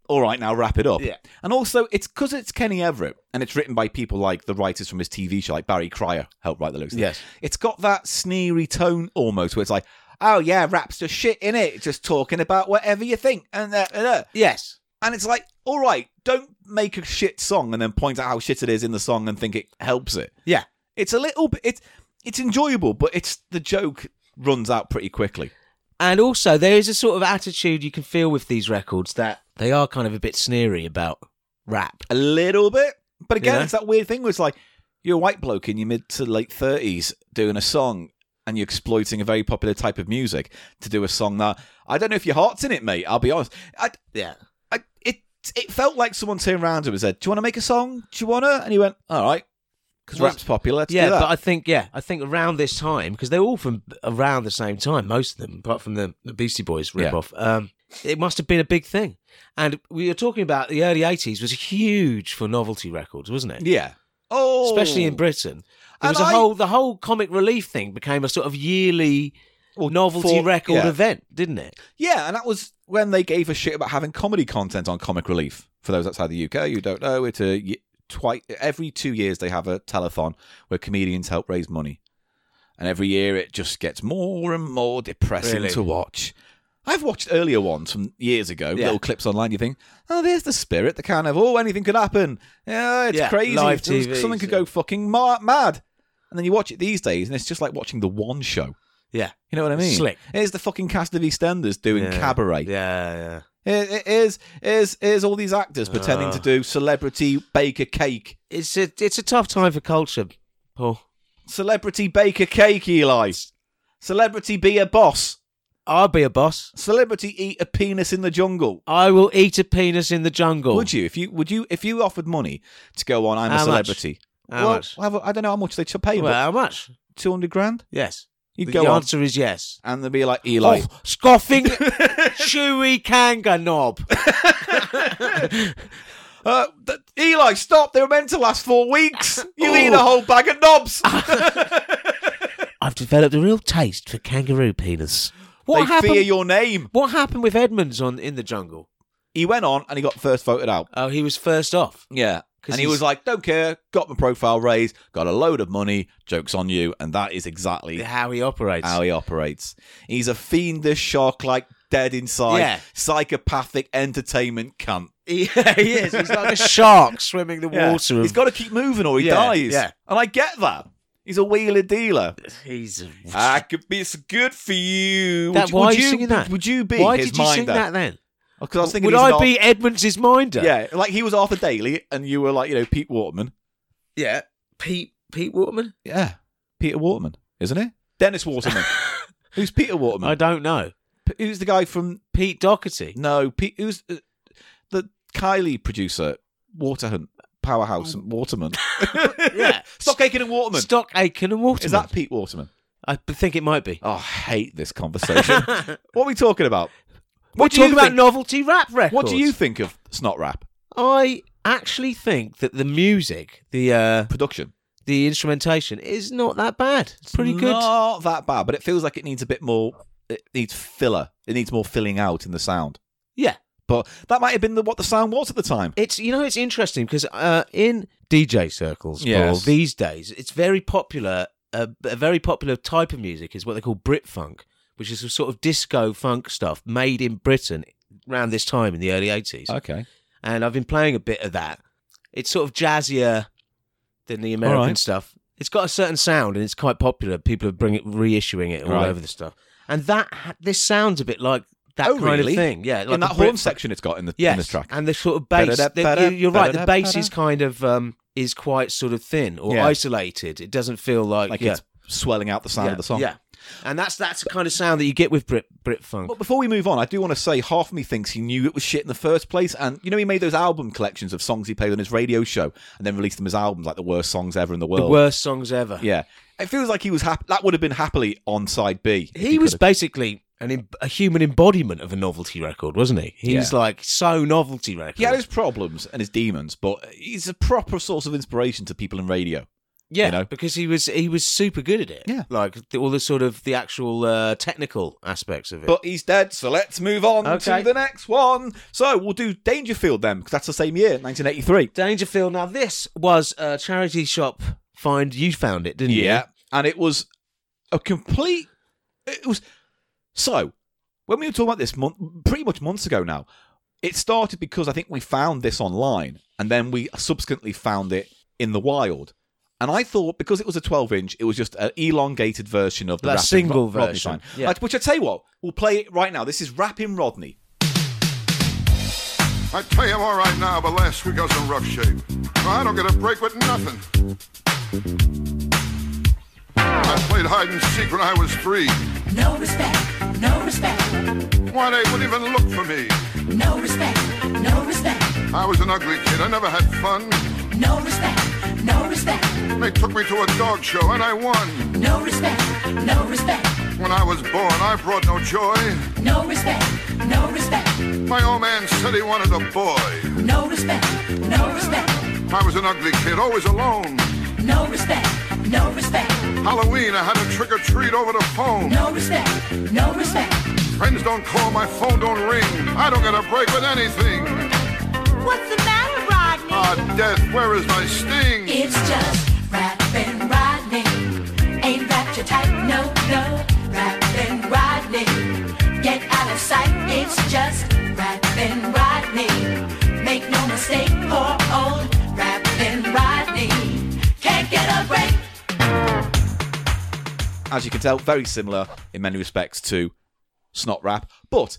All right, now wrap it up.
Yeah.
And also, it's because it's Kenny Everett and it's written by people like the writers from his TV show, like Barry Cryer, helped write the lyrics.
Yes.
It's got that sneery tone almost where it's like, oh, yeah, rap's just shit in it, just talking about whatever you think. And, uh, and, uh.
Yes.
and it's like, all right, don't make a shit song and then point out how shit it is in the song and think it helps it.
Yeah.
It's a little bit, it's, it's enjoyable, but it's the joke runs out pretty quickly.
And also, there is a sort of attitude you can feel with these records that they are kind of a bit sneery about rap.
A little bit. But again,
Yeah.
it's that weird thing where it's like you're a white bloke in your mid to late thirties doing a song and you're exploiting a very popular type of music to do a song that I don't know if your heart's in it, mate. I'll be honest. I,
Yeah.
I, it it felt like someone turned around and said, "Do you want to make a song? Do you wanna?" And he went, "All right, because
Was-
rap's popular. Let's
yeah,
do that."
but I think yeah, I think around this time because they're all from around the same time, most of them, apart from the, the Beastie Boys
Yeah.
ripoff. Um, it must have been a big thing. And we were talking about the early '80s was huge for novelty records, wasn't it?
yeah. Oh,
Especially in Britain, there
And
was a
I-
whole the whole comic relief thing became a sort of yearly novelty
for-
record
yeah.
event, didn't it?
Yeah, and that was when they gave a shit about having comedy content on Comic Relief. For those outside the UK who don't know, it's a y- twi- every two years they have a telethon where comedians help raise money, and every year it just gets more and more depressing
Really?
to watch. I've watched earlier ones from years ago,
Yeah.
little clips online. You think, oh, there's the spirit, the kind of oh, anything could happen. Yeah, it's
Yeah,
crazy.
live
There's-
TV,
Something could
yeah.
go fucking ma- mad. And then you watch it these days, and it's just like watching the one show.
Yeah,
You know what I mean?
Slick.
Here's the fucking cast of EastEnders doing
Yeah.
cabaret.
Yeah, yeah.
Here- here- Here's, here's, here's all these actors pretending
Ah.
to do celebrity baker cake.
It's a it's a tough time for culture, Paul.
Celebrity baker cake, Eli. Celebrity be a boss.
I'll be a boss.
Celebrity eat a penis in the jungle.
I will eat a penis in the jungle.
Would you? If you would you if you offered money to go on, I'm a
Oh. How much?
celebrity.
How
well,
much?
have a- I don't know how much they should pay,
Well,
but
how much?
two hundred grand.
Yes.
You'd
the
go on,
answer is yes.
and they'd be like, Eli,
oh, scoffing chewy kanga knob.
uh, th- Eli, stop! They were meant to last four weeks.
Oh.
You eat a whole bag of knobs.
I've developed a real taste for kangaroo penis. What
they
happened?
fear your name.
what happened with Edmonds on in the jungle?
He went on and he got first voted out.
Oh, he was first off.
Yeah.
'Cause
And he
he's-
was like, don't care, got my profile raised, got a load of money, joke's on you. And that is exactly
How he operates.
how he operates. He's a fiendish shark like dead inside,
Yeah.
psychopathic entertainment cunt.
he, he is. He's like a shark swimming the water.
He's
of-
got to keep moving or he
Yeah,
dies.
yeah.
And I get that. He's a wheeler dealer.
He's a-
I could be so good for you.
That-
would,
why
would
are you
you
singing that?
Would you be
Why
his
did you sing
minder?
that then?
Because I was thinking
Would
he's
I
an
be Edmonds' minder?
Ar- yeah, like he was Arthur Daly, and you were like, you know, Pete Waterman.
Yeah. Pete Pete Waterman?
Yeah, Peter Waterman, isn't it? Dennis Waterman. who's Peter Waterman?
I don't know.
P- who's the guy from?
Pete Doherty.
No, Pete, who's uh, the Kylie producer? Waterhunt, Powerhouse, and Waterman.
Yeah.
Stock Aitken and Waterman.
Stock Aitken and Waterman.
Is that Pete Waterman?
I b- think it might be.
Oh, I hate this conversation. what are we talking about? What do
We're
you
talking about
think-
novelty rap records.
What do you think of snot rap
I actually think that the music, the uh,
production?
the instrumentation, is not that bad. It's pretty good.
Not that bad, but it feels like it needs a bit more. It needs filler. It needs more filling out in the sound.
Yeah,
But that might have been the, what the sound was at the time.
it's you know it's interesting because uh, in DJ circles, Paul,
Yes.
these days it's very popular. A, a very popular type of music is what they call Brit funk, which is a sort of disco funk stuff made in Britain around this time in the early eighties.
Okay.
and I've been playing a bit of that. It's sort of jazzier than the American
Alright.
stuff. It's got a certain sound, and it's quite popular. People are bring it, reissuing it all
Right.
over the stuff, and that ha- this sounds a bit like that
Oh,
kind
really?
of thing. Yeah, like
in
the
that
Brit-
horn section it's got in the
Yes,
in this track.
and the sort of bass.
Ba-da-da,
the-
ba-da,
you- you're right. The
ba-da-da,
bass is
ba-da.
kind of um, is quite sort of thin or
Yeah.
isolated. It doesn't feel like,
like
yeah,
it's swelling out the sound
yeah,
of the song.
Yeah, And that's that's the kind of sound that you get with Brit Brit funk.
But before we move on, I do want to say half of me thinks he knew it was shit in the first place. And you know, he made those album collections of songs he played on his radio show and then released them as albums, like the worst songs ever in the world.
The worst songs ever.
Yeah. It feels like he was happy. That would have been happily on side B. if
He, was
could've-
basically an em- a human embodiment of a novelty record, wasn't he? He was
Yeah.
like so novelty record.
He had his problems and his demons, but he's a proper source of inspiration to people in radio.
yeah,
you know?
because he was he was super good at it.
Yeah.
like the, all the sort of the actual uh, technical aspects of it.
But he's dead, so let's move on
Okay.
to the next one. So we'll do Dangerfield then, because that's the same year, 1983.
Dangerfield. Now this was a charity shop find. You found it, didn't you?
Yeah. And it was a complete. It was. So, when we were talking about this mon- pretty much months ago now, it started because I think we found this online and then we subsequently found it in the wild. And I thought because it was a 12 inch, it was just an elongated version of the
That
Rapping
single
Ro- Rodney sign.
version. Yeah.
Like, which I tell you what, we'll play it right now. This is Rapping Rodney.
I tell you I'm all right now, but last week I was in rough shape. I don't get a break with nothing. I played hide and seek when I was three.
No respect, no respect,
Why they wouldn't even look for me.
no respect, no respect,
I was an ugly kid. I never had fun.
no respect, no respect,
They took me to a dog show and I won.
no respect, no respect,
When I was born, I brought no joy.
no respect, no respect,
My old man said he wanted a boy.
no respect, no respect,
I was an ugly kid, always alone.
no respect, no respect,
Halloween, I had a trick or treat over the phone.
no respect, no respect.
Friends don't call, my phone don't ring. I don't get a break with anything.
What's the matter, Rodney?
Ah, death, where is my sting?
It's just rapping Rodney. Ain't that your type? No, no. Rapping Rodney. Get out of sight. It's just rapping Rodney. Make no mistake, poor old rapping Rodney. Can't get a break.
as you can tell, very similar in many respects to Snot Rap. But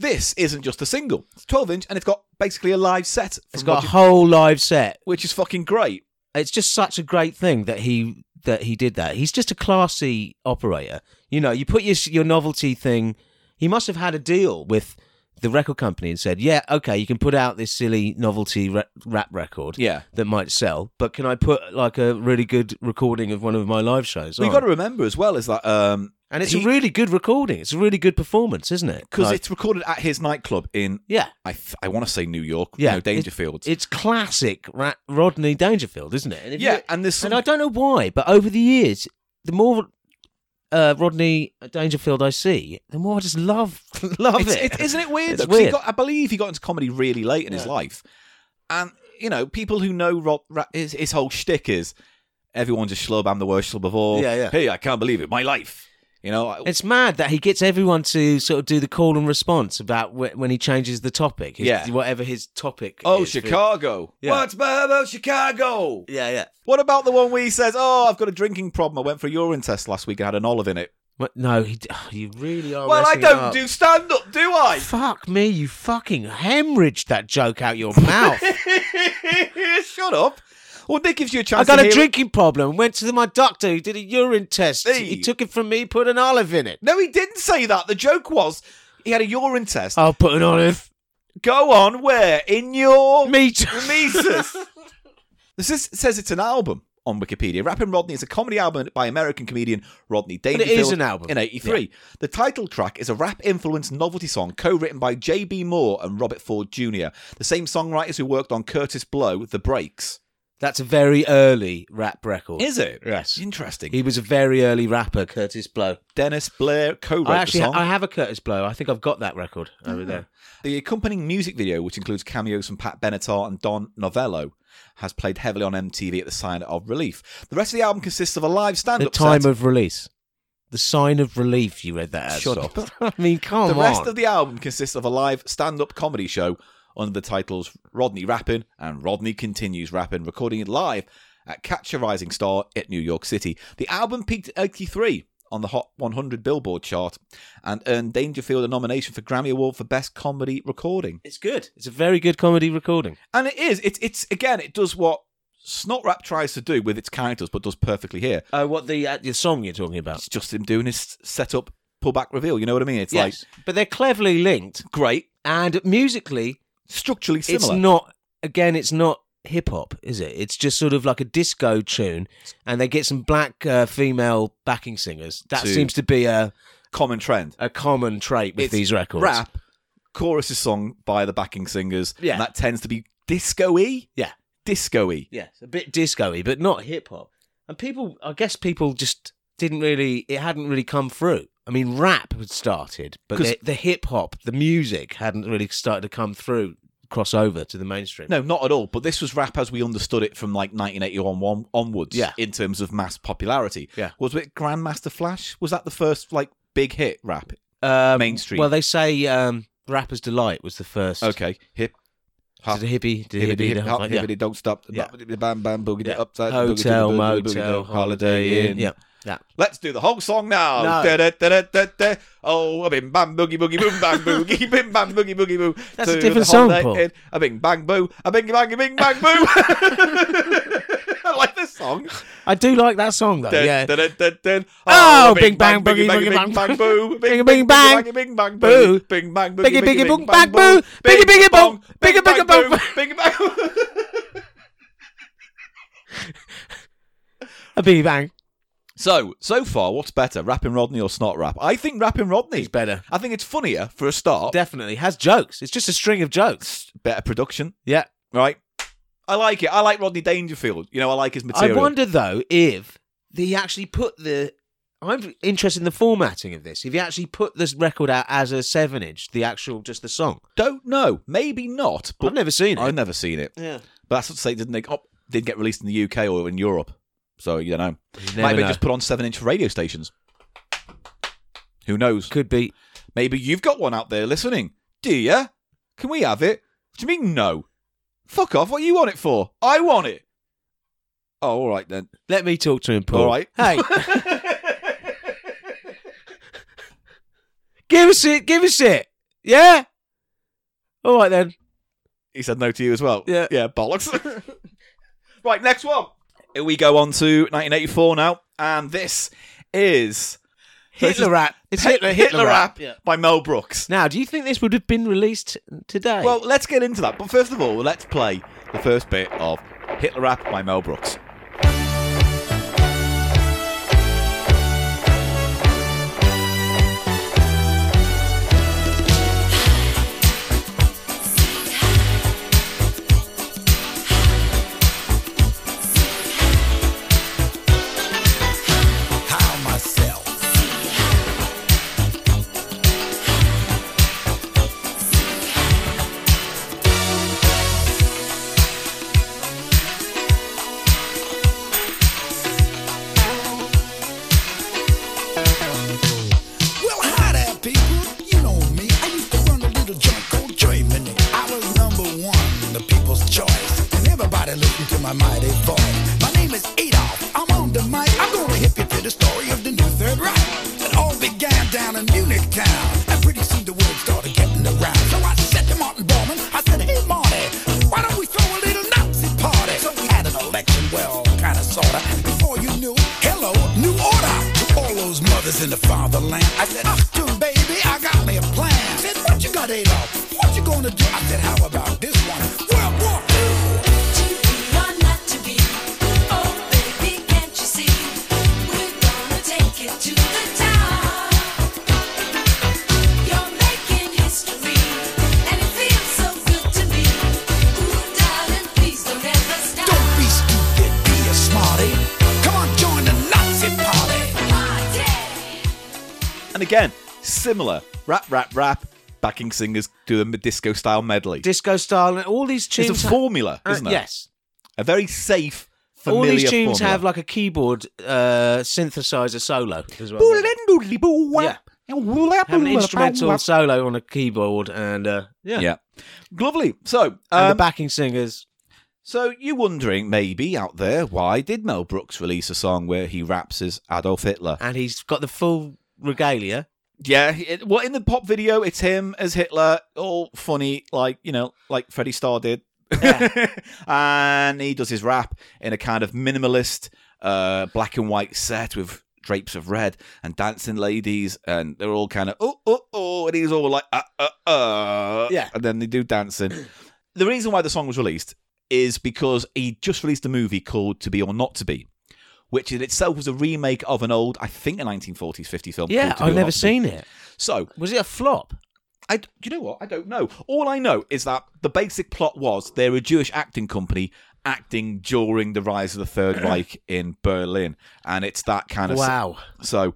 this isn't just a single. It's 12 inch and it's got basically a live set. from
it's got
Roger-
a whole live set.
which is fucking great.
it's just such a great thing that he that he did that. He's just a classy operator. You know, you put your your novelty thing. He must have had a deal with the record company and said, "Yeah, okay, you can put out this silly novelty ra- rap record,
Yeah.
that might sell, but can I put like a really good recording of one of my live shows?"
But
on?"
you got to remember as well is that um,
and it's
he-
a really good recording. It's a really good performance, isn't it?
because
Like,
it's recorded at his nightclub in
yeah,
I th- I want to say New York,
yeah,
no Dangerfield.
It, it's classic Ra- Rodney Dangerfield, isn't it? And if
yeah,
you-
and there's some,
And I don't know why, but over the years, the more uh, Rodney Dangerfield I see, the more I just love love
it's,
it.
it- isn't it weird?
It's
though? 'Cause he
weird.
got- I believe he got into comedy really late in his life, and you know, people who know Rob, Ra- his, his whole shtick is everyone's a schlub. I'm the worst schlub of all.
Yeah, yeah.
Hey, I can't believe it. My life. You know, I-
It's mad that he gets everyone to sort of do the call and response about wh- when he changes the topic. his-
Yeah.
whatever his topic.
Oh,
is.
Chicago.
Yeah.
What's bad about Chicago?
Yeah, yeah.
What about the one where he says, Oh, I've got a drinking problem. I went for a urine test last week and had an olive in it.
What? No, he, d- oh, you really are.
well, I
messing it
don't
up.
do stand up, do I?
Fuck me, you fucking hemorrhaged that joke out your mouth.
Shut up. Well, that gives you a chance
I
to
got a
hear it.
drinking problem. Went to my doctor. He did a urine test.
Hey.
He took it from me. Put an olive in it.
No, he didn't say that. The joke was he had a urine test.
I'll put an olive.
Go on, where? In your
Meat.
Mises. this is, it says it's an album on Wikipedia. Rapping Rodney is a comedy album by American comedian Rodney
it
Dangerfield.
is an album.
In 83. The title track is a rap influenced novelty song co written by J.B. Moore and Robert Ford Jr., the same songwriters who worked on Curtis Blow, The Breaks.
That's a very early rap record.
Is it?
Yes.
Interesting.
He was a very early rapper, Curtis Blow.
Dennis Blair co wrote
I
the
actually,
song.
I have a Curtis Blow. I think I've got that record over there.
The accompanying music video, which includes cameos from Pat Benatar and Don Novello, has played heavily on MTV at the sign of relief. The rest of the album consists of a live stand
The
up
time
set.
of release. The sign of relief. You read that as.
Shut up.
I mean, come
the
on.
rest of the album consists of a live stand up comedy show under the titles Rodney Rappin' and Rodney Continues Rappin', recording it live at Catch a Rising Star at New York City. The album peaked at 83 on the Hot 100 Billboard chart and earned Dangerfield a nomination for Grammy Award for Best Comedy Recording.
it's good. It's a very good comedy recording.
And it is. It's it's again. It does what Snot Rap tries to do with its characters, but does perfectly here.
Oh, what the uh, the song you're talking about?
It's just him doing his setup, pullback, reveal. You know what I mean? It's
Yes, but they're cleverly linked,
like great,
and musically,
structurally similar.
it's not. Again, it's not hip hop, is it? It's just sort of like a disco tune, and they get some black uh, female backing singers. That
Dude.
seems to be a
common trend.
a common trait with
It's
these records.
Rap, chorus is sung by the backing singers.
Yeah.
and that tends to be disco-y.
Yeah.
disco-y.
Yes, a bit disco-y, but not hip hop. And people, I guess, people just didn't really. It hadn't really come through. I mean, rap had started, but
'Cause-
the, the hip hop, the music, hadn't really started to come through, cross over to the mainstream.
No, not at all. But this was rap as we understood it from like 1981 on- onwards.
Yeah.
in terms of mass popularity.
Yeah.
was it Grandmaster Flash? Was that the first like big hit rap?
um,
mainstream.
Well, they say um, "Rapper's Delight" was the first.
Okay, hip.
Did a hippie, did a
Hibbity,
hippie,
hip, hop,
like, yeah.
hibbity, don't stop.
Yeah.
Bam, bam, boogie,
Yeah.
upside.
hotel,
boogie, boogie, boogie,
motel,
boogie, holiday inn.
Yeah, that.
Let's do the whole song now.
No.
Da-da-da-da-da-da. Oh, a bing bam boogie boogie boom bang boogie bing bam boogie boogie boo.
That's a
To
different
the whole
song,
night
Paul.
in. A bing bang boo. A bing bang a bing bang boo. I like this song.
I do like that song though. Oh, yeah,
Dun, dun, dun, dun.
Oh,
a
bing bang boogie boogie
bang
bang
bang boo.
Bing bing bang
bing bang
boo.
boo. Bing bang boogie
Biggie, biggie, boom, bang, boo.
Bing
Biggie, biggie,
bong.
boom.
Bing
Biggie,
bang
biggie,
boo.
boom.
Bing bang.
a big bang.
So, so far, what's better, rapping Rodney or snot rap? I think rapping Rodney's
It's better.
I think it's funnier for a start.
Definitely has jokes. It's just a string of jokes.
better production,
Yeah.
right? I like it. I like Rodney Dangerfield. You know, I like his
I
material.
wonder though if he actually put the. I'm interested in the formatting of this. If he actually put this record out as a seven-inch, the actual just the song.
Don't know. Maybe not. But
I've never seen it.
I've never seen it.
yeah,
But that's not to say it didn't they, oh, didn't get released in the UK or in Europe. So you don't know.
never
Maybe
know.
just put on seven inch radio stations. Who knows?
could be.
Maybe you've got one out there listening. Do you? Can we have it? What do you mean no? Fuck off. What you want it for? I want it. Oh, all right then.
Let me talk to him, Paul.
All right.
Hey. give us it. Give us it. Yeah. All right then.
He said no to you as well.
Yeah.
Yeah, bollocks. right, next one. Here we go on to 1984 now, and this is This is
Hitler rap. It's
Hit-
Hitler. Hitler, rap.
by Mel Brooks.
Now, do you think this would have been released today?
Well, let's get into that. But first of all, let's play the first bit of Hitler Rap by Mel Brooks.
Well, hi there, people. You know me. I used to run a little joint called Germany. I was number one, the people's choice. And everybody listened to my mighty voice. My name is Adolf. I'm on the mic. I'm going to hip you to the story of the new Third Reich. It all began down in Munich town. And pretty soon the word started getting around. So I said to Martin Bormann, I said, hey, Marty, why don't we throw a little Nazi party? So we had an election, well, kind of, sort of. Before you knew, hello, new order. To all those mothers in the fatherland, I said, Achtung, baby, I got me a plan. Said, what you got, Adolf? What you gonna do? I said, how about this one? World War II.
To be or not to be, oh baby, can't you see? We're gonna take it to the top. You're making history, and it feels so good to me. Ooh, darling, please don't ever
Don't
stop.
be stupid, be a smarty. Come on, join the Nazi party.
Party.
And again, similar rap, rap, rap, backing singers doing the disco style medley.
disco style and all these tunes.
It's a
ha-
formula,
uh,
isn't it?
Yes.
A very safe,
All
familiar
these tunes
formula.
have like a keyboard uh, synthesizer solo as well. don't they?
Yeah.
Have an instrumental solo on a keyboard and uh, yeah.
Yeah. Lovely. So,
And the
um,
backing singers.
so you're wondering maybe out there why did Mel Brooks release a song where he raps as Adolf Hitler?
And he's got the full regalia.
Yeah, it, well, in the pop video, it's him as Hitler, all funny, like you know, like Freddie Starr did and he does his rap in a kind of minimalist uh, black and white set with drapes of red and dancing ladies, and they're all kind of oh oh oh, and he's all like uh uh uh,
Yeah.
and then they do dancing. the reason why the song was released is because he just released a movie called To Be or Not to Be. Which in itself was a remake of an old, I think, a 1940s, 50s film.
Yeah,
called To Be
I've
or
never
Not to Be.
seen it.
So
Was it a flop?
I, do you know what? I don't know. All I know is that the basic plot was they're a Jewish acting company acting during the rise of the Third Reich in Berlin, and it's that kind of
Wow.
So,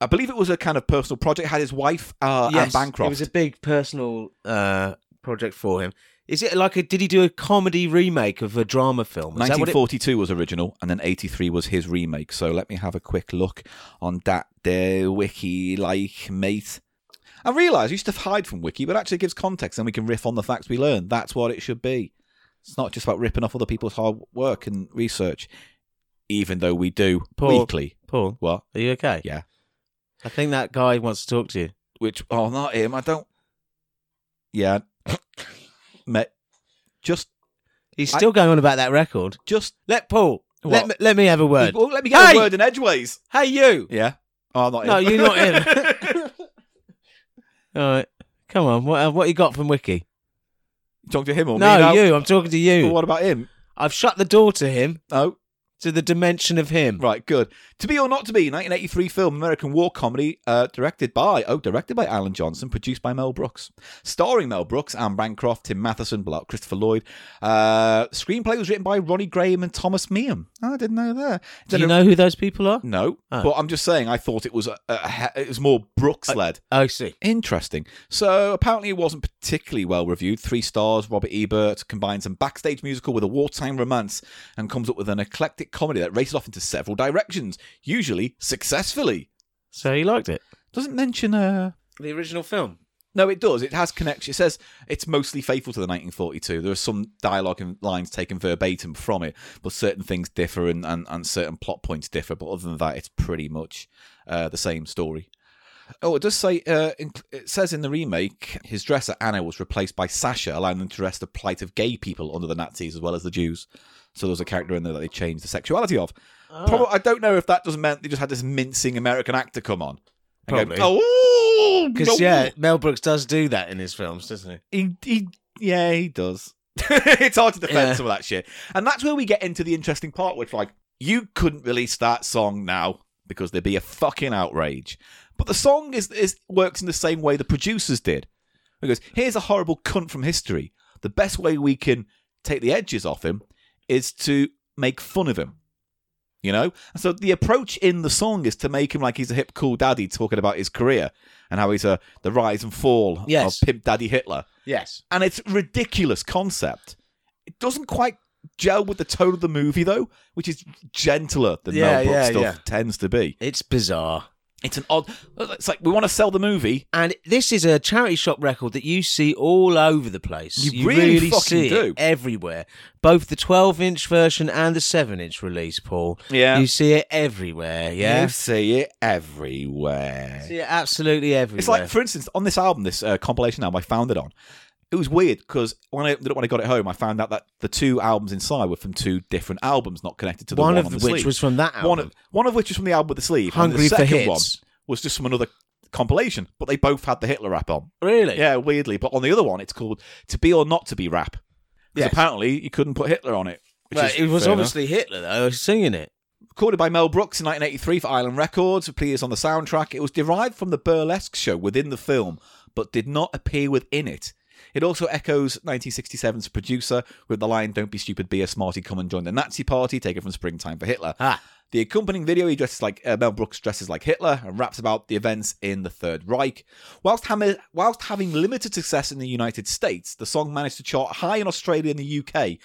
I believe it was a kind of personal project. Had his wife uh, Anne Bancroft.
It was a big personal uh, project for him. Is it like a? Did he do a comedy remake of a drama film? Is that what it-
1942 was original, and then 83 was his remake. So let me have a quick look on that there wiki, like mate. I realise we used to hide from wiki, but actually it gives context, and we can riff on the facts we learn. That's what it should be. It's not just about ripping off other people's hard work and research, even though we do
Paul.
weekly.
Paul,
What?
are you okay?
Yeah.
I think that guy wants to talk to you.
Which? Oh, not him. I don't. Yeah. Mate, just,
He's
I-
still going on about that record.
just.
Let Paul.
What?
Let me, let me have a word.
Well, let me get
Hey!
a word in edgeways.
Hey, you.
Yeah. Oh, not
No,
him.
you're not him. All right, come on. What what you got from Wiki?
Talk to him or
no,
me now?
you. I'm talking to you.
But what about him?
I've shut the door to him,
Oh,
to the dimension of him.
right, good. To Be or Not to Be, 1983 film, American war comedy, uh, directed by, oh, directed by Alan Johnson, produced by Mel Brooks. Starring Mel Brooks, Anne Bancroft, Tim Matheson, Bl- Christopher Lloyd. Uh, screenplay was written by Ronnie Graham and Thomas Meehan. Ah, I didn't know that.
Do you know who those people are?
No,
Oh.
but I'm just saying, I thought it was, a, a, he- it was more Brooks-led.
Oh, I see.
Interesting. So apparently it wasn't particularly well reviewed. Three stars. Robert Ebert combines a backstage musical with a wartime romance and comes up with an eclectic comedy that races off into several directions, usually successfully.
So he liked it.
Doesn't mention uh
The original film.
no, it does. It has connection. It says it's mostly faithful to the 1942. There are some dialogue and lines taken verbatim from it, but certain things differ and, and, and certain plot points differ. But other than that, it's pretty much uh, the same story. Oh, it does say uh, in- it says in the remake his dresser Anna was replaced by Sasha, allowing them to address the plight of gay people under the Nazis as well as the Jews. So there was a character in there that they changed the sexuality of. Probably, I don't know if that just meant they just had this mincing American actor come on. and go,
Probably.
oh,
Because,
no."
yeah, Mel Brooks does do that in his films, doesn't he?
He, he yeah, he does. it's hard to defend
Yeah.
some of that shit. And that's where we get into the interesting part, which, like, you couldn't release that song now because there'd be a fucking outrage. But the song is, is works in the same way the producers did. Because here's a horrible cunt from history. The best way we can take the edges off him is to make fun of him. You know? And so the approach in the song is to make him like he's a hip cool daddy talking about his career and how he's a the rise and fall
Yes.
of Pimp Daddy Hitler
Yes.
and it's a ridiculous concept. It doesn't quite gel with the tone of the movie though, which is gentler than
Yeah,
Mel Brooks
yeah,
stuff
yeah.
tends to be.
It's bizarre.
It's an odd. It's like we want to sell the movie.
And this is a charity shop record that you see all over the place.
You really fucking
see
do.
it everywhere. Both the 12 inch version and the 7 inch release, Paul.
Yeah.
You see it everywhere, yeah?
You see it everywhere.
see it absolutely everywhere.
It's like, for instance, on this album, this uh, compilation album I found it on. It was weird because when I when I got it home, I found out that the two albums inside were from two different albums, not connected to the one,
one, of
on the
which
sleeve.
was from that album.
One of one of which was from the album with the sleeve.
Hungry
and the
for
second
Hits.
one was just from another compilation, but they both had the Hitler rap on.
Really?
Yeah, weirdly. But on the other one, it's called "To Be or Not to Be" rap. Because
Yes.
apparently you couldn't put Hitler on it. Which
Well,
is
it was
fair
obviously Hitler, though, singing it.
enough. recorded by Mel Brooks in 1983 for Island Records. It appears on the soundtrack. It was derived from the burlesque show within the film, but did not appear within it. It also echoes 1967's producer with the line "Don't be stupid, be a smarty, come and join the Nazi party." Taken from Springtime for Hitler.
Ah.
The accompanying video, he dresses like uh, Mel Brooks dresses like Hitler and raps about the events in the Third Reich. Whilst, ham- whilst having limited success in the United States, the song managed to chart high in Australia and the UK,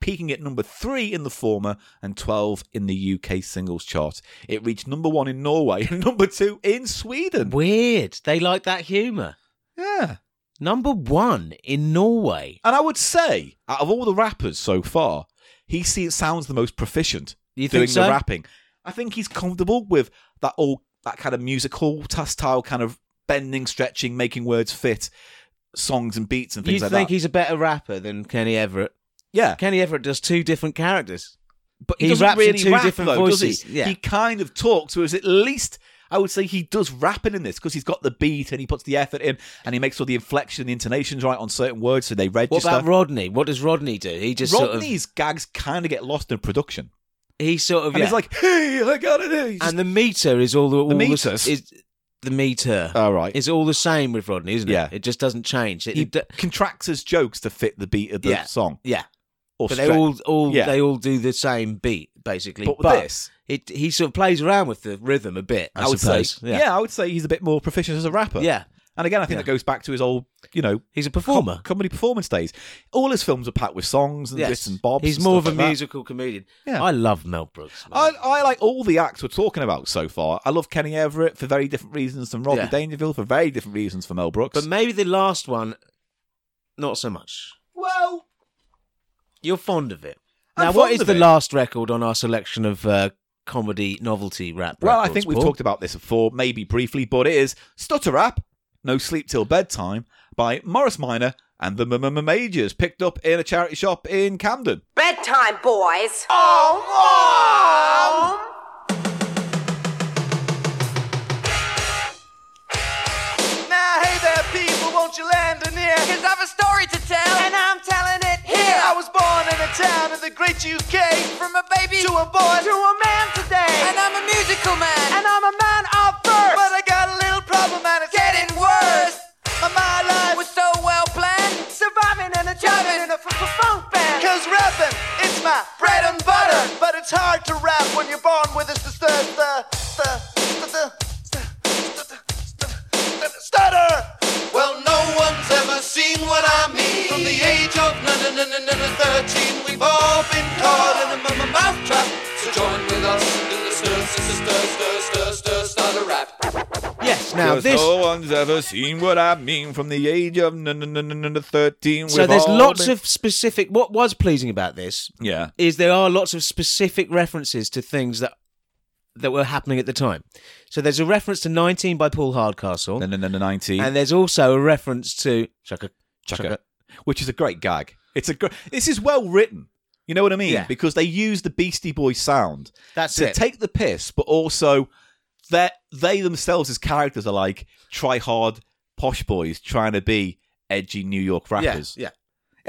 peaking at number three in the former and 12 in the UK singles chart. It reached number one in Norway and number two in Sweden.
Weird. They like that humour.
Yeah.
Number one in Norway.
And I would say, out of all the rappers so far, he se- sounds the most proficient
You
doing
think so?
the rapping. I think he's comfortable with that all that kind of musical, tactile kind of bending, stretching, making words fit, songs and beats and
You
things
think
like that.
he's a better rapper than Kenny Everett?
Yeah.
Kenny Everett does two different characters.
But
He
doesn't
raps in
really
two
rap,
different
though, does
voices,
he?
yeah.
He kind of talks, whereas at least I would say he does rapping in this because he's got the beat and he puts the effort in and he makes all the inflection, the intonations right on certain words so they
What
register.
about Rodney? What does Rodney do? He just sort of
Rodney's gags kind of get lost in production.
he sort of
And
yeah.
he's like, hey, I got it. He's just-
and the meter is all the, all
meters?
The, is, the meter
All Oh, right.
is all the same with Rodney, isn't it?
Yeah.
it just doesn't change. It,
he
it d-
contracts his jokes to fit the beat of the
Yeah.
song.
yeah,
Or
but they
stretch-
all all
Yeah.
they all do the same beat basically.
But with this-
it he sort of plays around with the rhythm a bit. I,
I, would
suppose.
say, yeah. I would say he's a bit more proficient as a rapper.
Yeah.
And again, I think that goes back to his old, you know,
he's a
com-
performer.
comedy performance days. All his films are packed with songs and
Yes.
bits and bobs.
He's
and
more of
stuff
a
like that.
musical comedian.
Yeah.
I love Mel Brooks. man.
I, I like all the acts we're talking about so far. I love Kenny Everett for very different reasons than Rodney
Yeah.
Dangerfield for very different reasons for Mel Brooks.
but maybe the last one, not so much.
Well,
You're fond of it.
I'm
now, what
fond
is
of
the
it.
last record on our selection of uh, comedy novelty rap?
well, I
records,
think we've
Paul?
talked about this before, maybe briefly, but it is Stutter Rap, No Sleep Till Bedtime by Morris Minor and the M Majors, picked up in a charity shop in Camden.
Bedtime, boys.
now hey there, people, won't you lend an ear? Cause I've a story to tell, and I'm telling it here. I was born in a town in the great UK, from a baby to a boy to a man today. And I'm a musical man, and I'm a man of verse. But I got a little problem, and it's getting worse. My, my life was so well planned, surviving in a jobbing in a f- f- funk band. Cause rapping, it's my bread and butter. But it's hard to rap when you're born with a st- st- st- st- st- st- st- stutter. Well, no one's ever seen what I mean. From the age of n- n- n- n- n- 13, we've all been caught in a m- m- mouth trap. So join with us in the stir, stir, stir, stir, stir, stir, stutter rap.
Yes. Now
'Cause
this.
no one's ever seen what I mean from the age of n- n- n- n- n- 13.
so
We've
there's
all
lots
been-
of specific. What was pleasing about this
Yeah.
is there are lots of specific references to things that that were happening at the time. So there's a reference to 19 by Paul Hardcastle,
N- n- n- 19.
and there's also a reference to Chaka
Chuck it. Which is a great gag. It's a gr- This is well written. You know what I mean?
Yeah.
Because they use the Beastie Boys sound
That's
to
it.
take the piss, but also that they themselves as characters are like try hard posh boys trying to be edgy New York rappers.
Yeah,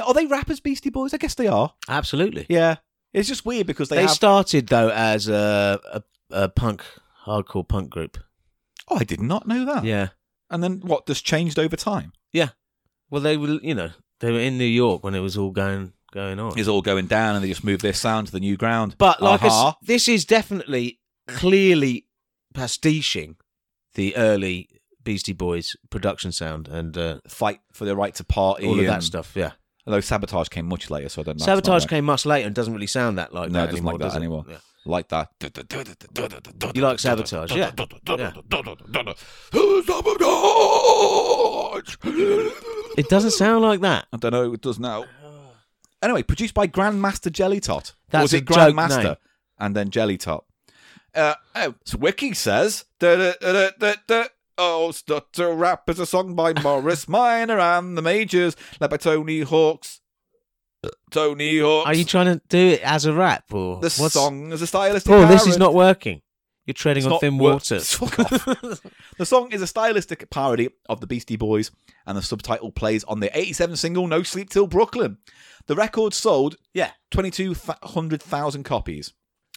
Are they rappers, Beastie Boys? I guess they are.
yeah, absolutely.
Yeah. It's just weird because they,
They
have.
started though as a, a a punk hardcore punk group.
oh, I did not know that.
Yeah,
And then what? Just changed over time.
yeah. Well, they were you know they were in New York when it was all going going on.
Is all going down, and they just move their sound to the new ground.
But like I s-
Aha.
this is definitely clearly pastiching the early Beastie Boys production sound and uh,
fight for their right to party,
all of
and-
that stuff. Yeah,
Although sabotage came much later, so I don't know.
Sabotage came much later and doesn't really sound that like
No, it
that
doesn't
anymore.
like that
does it?
anymore.
Yeah.
Like that.
You like Sabotage, yeah? yeah. It doesn't sound like that.
I don't know. oh, It does now. Anyway, produced by Grandmaster Jelly Tot.
That's
was
a
it
joke
Grandmaster
name.
and then Jelly Tot? Uh, oh, so Wiki says. "Da-da-da-da-da-da, Oh, Stutter Rap is a song by Morris Minor and the Majors, led by Tony Hawks. Tony Hawks.
Are you trying to do it as a rap or
the
what's-
song is a stylistic.
Paul, this is
parody-
not working. You're treading
It's
on
not
thin
wor-
water.
Fuck off. the song is a stylistic parody of the Beastie Boys, and the subtitle plays on their 87 single No Sleep Till Brooklyn. The record sold
yeah,
2,200,000 copies.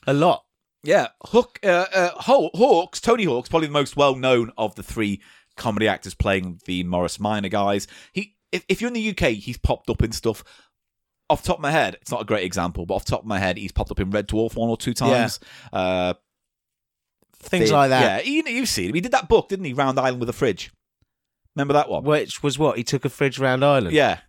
a lot.
Yeah, Hook, uh, uh, Haw- Hawks, Tony Hawks, probably the most well known of the three comedy actors playing the Morris Minor guys. He, if, if you're in the UK, he's popped up in stuff. Off the top of my head, it's not a great example, but off the top of my head, he's popped up in Red Dwarf one or two times. Uh,
Things
did-
like that.
Yeah, you, you've seen him. He did that book, didn't he? Round Island with a fridge. Remember that one?
Which was what? He took a fridge round Ireland.
yeah.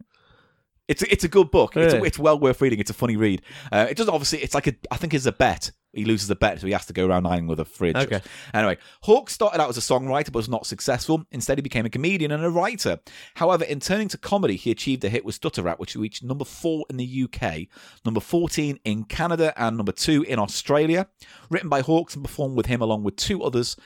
It's a, it's a good book. It's, a,
Really?
it's well worth reading. It's a funny read. Uh, it doesn't obviously. It's like a. I think it's a bet. He loses a bet, so he has to go around island with a fridge.
Okay.
Anyway, Hawke started out as a songwriter, but was not successful. Instead, he became a comedian and a writer. However, in turning to comedy, he achieved a hit with Stutter Rap, which reached number four in the UK, number fourteen in Canada, and number two in Australia. Written by Hawks and performed with him along with two others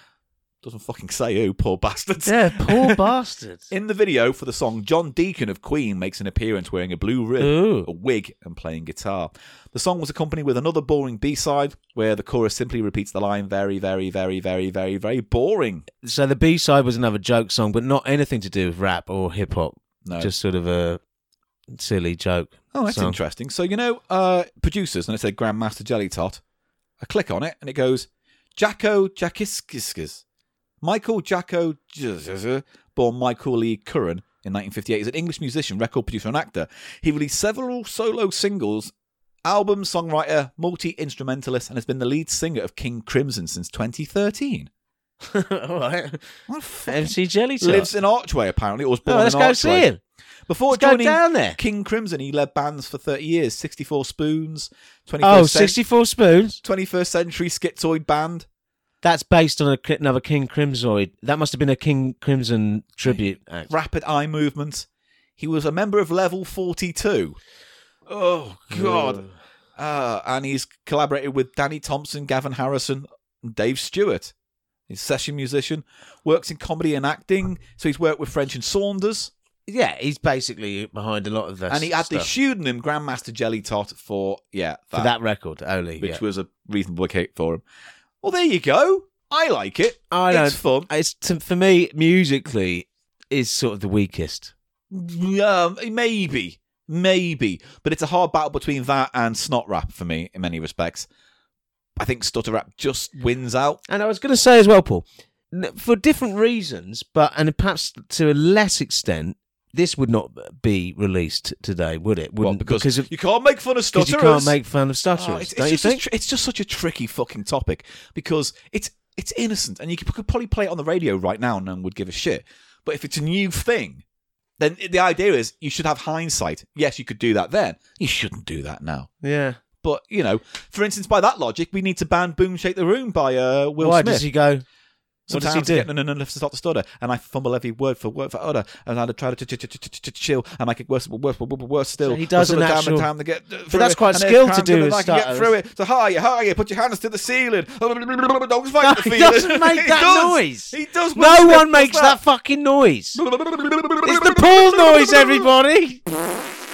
Doesn't fucking say who, poor bastards.
Yeah, poor bastards.
In the video for the song, John Deacon of Queen makes an appearance wearing a blue rib,
Ooh.
a wig, and playing guitar. The song was accompanied with another boring B side where the chorus simply repeats the line very, very, very, very, very, very boring.
So the B side was another joke song, but not anything to do with rap or hip hop.
No.
Just sort of a silly joke.
Oh, that's
song.
interesting. So, you know, uh, producers, and it said Grandmaster Jelly Tot, I click on it and it goes, Jacko Jakiskiskas. Michael Jacko, J- born Michael Lee Curran in 1958, is an English musician, record producer, and actor. He released several solo singles, album, songwriter, multi instrumentalist, and has been the lead singer of King Crimson since 2013.
All right.
What a fucking-
MC Jelly Top.
Lives in Archway, apparently, or was born
Oh, let's
in
go
Archway.
see him.
Before
Let's go
joining
down there.
King Crimson, he led bands for 30 years 64 Spoons, 21st,
Oh,
cen-
64 Spoons.
21st Century Schizoid Band.
That's based on a, cri- another King Crimsoid. That must have been a King Crimson tribute act.
Rapid Eye Movement. He was a member of Level 42. Oh, God. Uh, and he's collaborated with Danny Thompson, Gavin Harrison, and Dave Stewart. He's a session musician, works in comedy and acting. So he's worked with French and Saunders.
Yeah, he's basically behind a lot of this.
And he had
stuff
the pseudonym Grandmaster Jelly Tot for, yeah,
for that record only.
which
yeah.
was a reasonable kick for him. Well, there you go. I like it.
I don't.
it's fun.
It's to, for me musically is sort of the weakest.
Um, maybe, maybe, but it's a hard battle between that and snot rap for me in many respects. I think stutter rap just wins out.
And I was going to say as well, Paul, n- for different reasons, but and perhaps to a less extent, this would not be released today, would it?
Well,
Wouldn't-
because,
of,
you can't make fun of
'cause
stutterers.
you can't make fun of stutterers,
Oh, it's, it's
don't you
just a
think?
tr- it's just such a tricky fucking topic because it's it's innocent, and you could could probably play it on the radio right now, and no one would give a shit. But if it's a new thing, then the idea is you should have hindsight. Yes, you could do that then. You shouldn't do that now.
yeah.
But you know, for instance, by that logic, we need to ban "Boom Shake the Room" by uh, Will
Why
Smith.
does he go? What does he
Sometimes
do?
getting an enough to stop the stutter, and I fumble every word for word for utter, and I'd try to ch- ch- ch- ch- ch- chill, and I get worse, worse, worse, worse still.
So he does
But
an
sometimes
actual-
time to get uh, through
that's
it,
quite
and there's
skilled to
times
do
that
with
I can get
stutters.
through it. So hiya, hiya, put your hands to the ceiling. Don't
No,
fight the
he
feeling.
doesn't make
He
that
does.
noise.
He does. Will
No
Smith
one
does
makes that fucking noise. It's the Paul noise, everybody.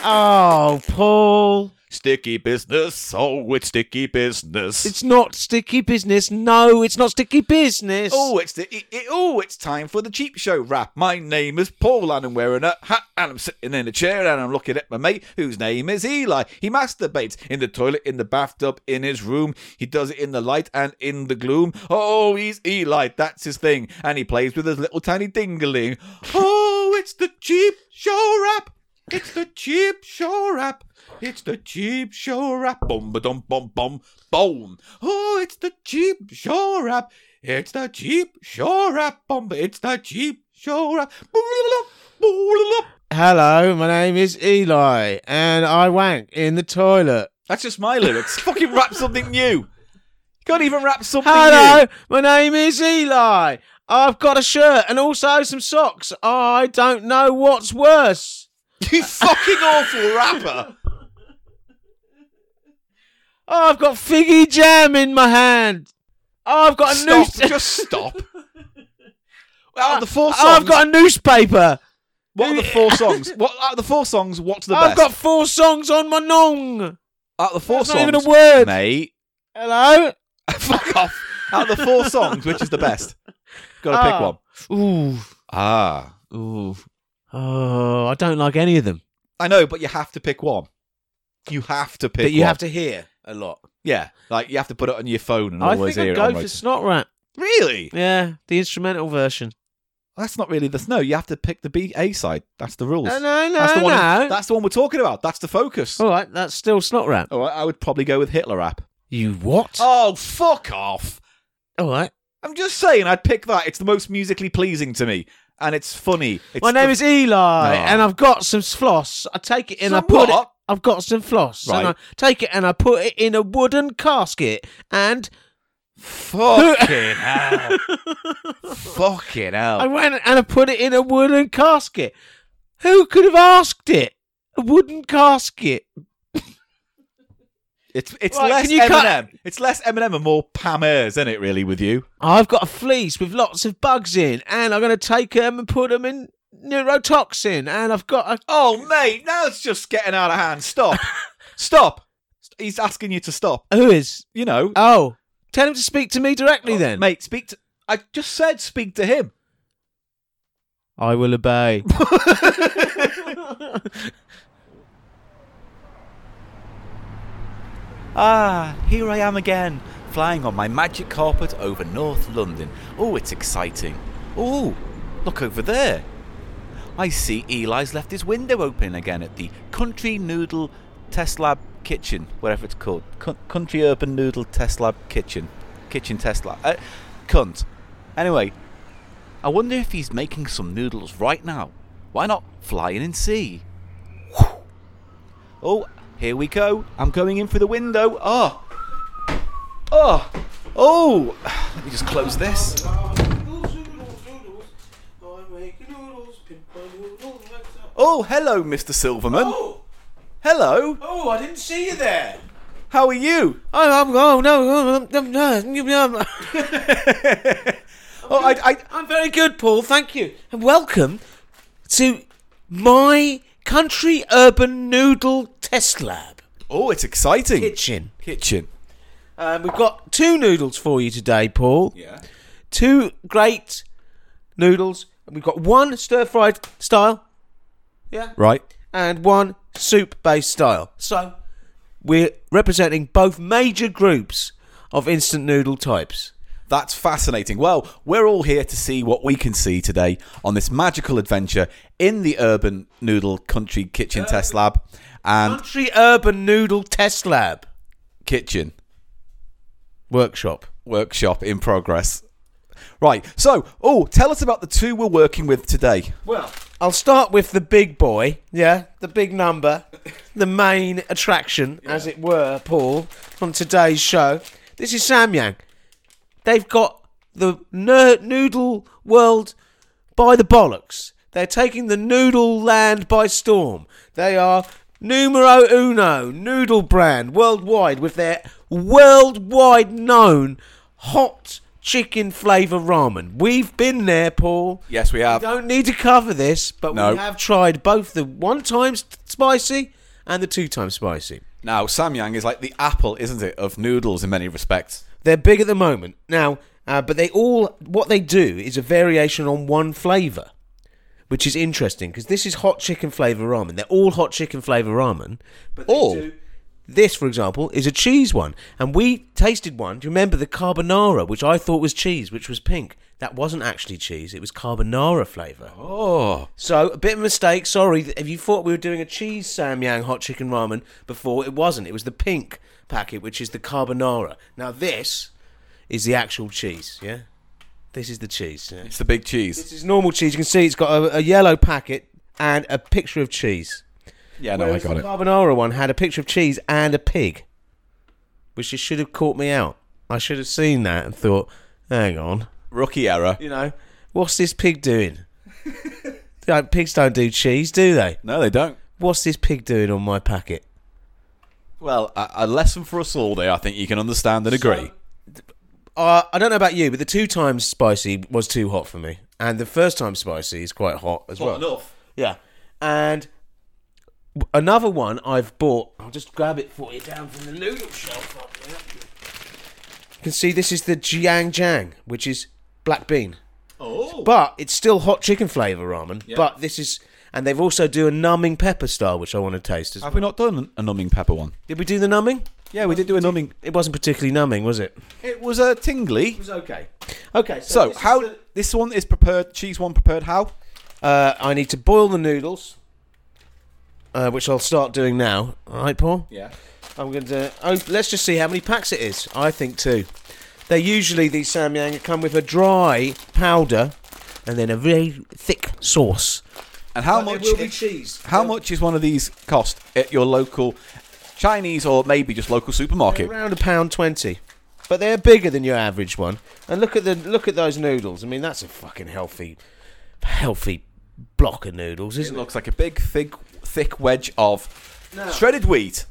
Oh, Paul.
Sticky business. Oh, it's sticky business.
It's not sticky business. No, it's not sticky business.
Oh, it's the it, it, oh, it's time for the cheap show wrap. My name is Paul, and I'm wearing a hat, and I'm sitting in a chair, and I'm looking at my mate, whose name is Eli. He masturbates in the toilet, in the bathtub, in his room. He does it in the light and in the gloom. Oh, he's Eli. That's his thing, and he plays with his little tiny dingling. Oh, it's the cheap show wrap. It's the cheap show wrap. It's the cheap show wrap. Boom, ba dum, bum, bum, boom. Oh, it's the cheap show wrap. It's the cheap show wrap. Bum, ba- it's the cheap show wrap. Boo-la-la, boo-la-la.
Hello, my name is Eli, and I wank in the toilet.
That's just my lyrics. Fucking rap something new. You can't even rap something
Hello, my name is Eli. I've got a shirt and also some socks. I don't know what's
new.
worse.
You fucking awful rapper.
Oh, I've got figgy jam in my hand. Oh, I've got a
Stop.
noose-
Just stop. Out of the four songs,
Oh, I've got a newspaper.
what are the four songs? What out of the four songs? What's the
I've
best?
got four songs on my nong.
out of the four
That's
songs,
not even a word.
mate.
Hello.
Fuck off. Out of the four songs, which is the best? Gotta pick
Ah.
one.
Ooh.
Ah.
Ooh. Oh, I don't like any of them.
I know, but you have to pick one. You have to pick
but you
one.
have to hear a lot.
Yeah. Like you have to put it on your phone and
I
always
think I'd
hear
go
it. on
for
road.
Snot Rat.
Really?
Yeah, the instrumental version.
That's not really the no, you have to pick the B A side. That's the rules.
No, no, no,
that's the one
no. Oh.
that's the one we're talking about. That's the focus.
All right, that's still Snot Rat.
All right, I would probably go with Hitler rap.
You what?
Oh, fuck off.
All right.
I'm just saying I'd pick that. It's the most musically pleasing to me. And it's funny. It's
My name
the-
is Eli,
No.
and I've got some floss. I take it and I
Some
put it.
what?
I've got some floss, and I
Right.
take it and I put it in a wooden casket. And
fucking hell. fucking hell.
I went and I put it in a wooden casket. Who could have asked it? A wooden casket.
It's it's
Right,
less
can you
Eminem.
cut-
It's less Eminem and more Pam Ayres, isn't it? Really, with you.
I've got a fleece with lots of bugs in, and I'm going to take them and put them in neurotoxin, and I've got a.
Oh, mate, now it's just getting out of hand. Stop, stop. He's asking you to stop.
Who is?
You know,
Oh, tell him to speak to me directly then.
mate. Speak to. I just said speak to him.
I will obey.
Ah, here I am again, flying on my magic carpet over North London. Oh, it's exciting. Oh, look over there. I see Eli's left his window open again at the Country Noodle Test Lab Kitchen, whatever it's called. Cun- Country Urban Noodle Test Lab Kitchen. Kitchen Test Lab. Uh, cunt. Anyway, I wonder if he's making some noodles right now. Why not fly in and see?
Oh, here we go. I'm going in through the window. Oh, oh, oh.
Let me just close this.
Oh, hello, Mr. Silverman. Hello.
Oh, I didn't see you there.
How are you?
Oh, I'm, oh no, no, no, no.
Oh, I, I,
I'm very good, Paul. Thank you, and welcome to my country urban noodle test lab
oh, it's exciting.
kitchen.
Kitchen.
Um, we've got two noodles for you today, Paul. Yeah. Two great noodles. And We've got one stir fried style
Right.
and one soup based style. So we're representing both major groups of instant noodle types.
That's fascinating. Well, we're all here to see what we can see today on this magical adventure in the urban noodle country kitchen test lab and
Country Urban Noodle Test Lab
kitchen
workshop.
workshop in progress. Right. So, oh, tell us about the two we're working with today.
I'll start with the big boy, yeah, the big number, the main attraction, as it were, Paul, from today's show. This is Samyang. They've got the ner- noodle world by the bollocks. They're taking the noodle land by storm. They are numero uno noodle brand worldwide with their worldwide known hot chicken flavour ramen. We've been there, Paul.
Yes, we have.
We don't need to cover this, but
No.
we have tried both the one time s- spicy and the two time spicy.
Now, Samyang is like the apple, isn't it, of noodles in many respects.
They're big at the moment now, uh, but they all what they do is a variation on one flavor, which is interesting because this is hot chicken flavor ramen. They're all hot chicken flavor ramen, but they
All?
do- This, for example, is a cheese one, and we tasted one. Do you remember the carbonara, which I thought was cheese, which was pink? That wasn't actually cheese; it was carbonara flavor. Oh, so a bit of a mistake. Sorry, if you thought we were doing a cheese samyang hot chicken ramen before, it wasn't. It was the pink packet, which is the carbonara. Now this is the actual cheese. Yeah, this is the cheese. yeah.
It's the big cheese.
This is normal cheese. You can see it's got a, a yellow packet and a picture of cheese.
Yeah, no, Oh, I
Whereas
got
the
it.
Carbonara one had a picture of cheese and a pig, which just should have caught me out. I should have seen that and thought, hang on,
Rookie error.
you know, what's this pig doing? Don't- pigs don't do cheese, do they?
No, they don't.
What's this pig doing on my packet?
Well, a, a lesson for us all there, I think you can understand and agree.
Uh, I don't know about you, but the two times spicy was too hot for me, and the first time spicy is quite hot as well.
enough.
Yeah. And w- another one I've bought. I'll just grab it for you down from the noodle shelf up there. You can see this is the Jiang Jang, which is black bean. Oh. But it's still hot chicken flavour ramen. But this is. And they've also do a numbing pepper style, which I want to taste. As
Have we not done a numbing pepper one?
Did we do the numbing?
Yeah, we did do a numbing.
It wasn't particularly numbing, was it?
It was a tingly.
was okay. Okay,
So how this one is prepared? Cheese one prepared how?
Uh, I need to boil the noodles, uh, which I'll start doing now. All right, Paul?
Yeah.
I'm going to. Oh, let's just see how many packs it is. I think two. They usually these samyang come with a dry powder, and then a very thick sauce.
And how much? is-
cheese.
How much is one of these cost at your local Chinese or maybe just local supermarket?
Around a pound twenty, but they're bigger than your average one. And look at the look at those noodles. I mean, that's a fucking healthy, healthy block of noodles,
It
isn't it?
looks like a big, thick, thick wedge of shredded wheat.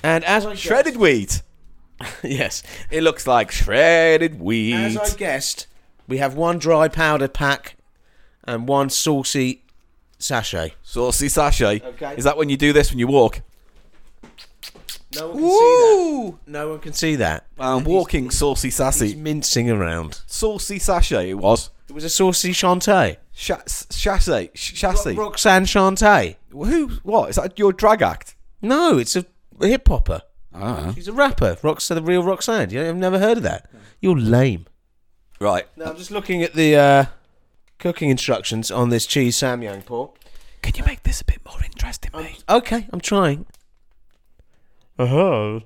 And as I
Shredded wheat.
yes,
It looks like shredded wheat.
as I guessed, we have one dry powder pack and one saucy sachet.
Saucy sachet.
Okay.
Is that when you do this when you walk?
No one can see that. No one can see that.
I'm walking saucy
He's
sassy.
mincing around.
Saucy sachet it was.
It was a saucy Chante.
Sha- s- Chassis. Sh- Chassis.
Roxanne Chante.
Who? What? Is that your drag act?
No, it's a hip hopper.
Ah.
She's a rapper. Roxanne, the real Roxanne. You- I've never heard of that. You're lame.
Right.
No, I'm just looking at the uh, cooking instructions on this cheese samyang pork.
Can you make this a bit more interesting,
Um,
mate?
Okay, I'm trying. Oh,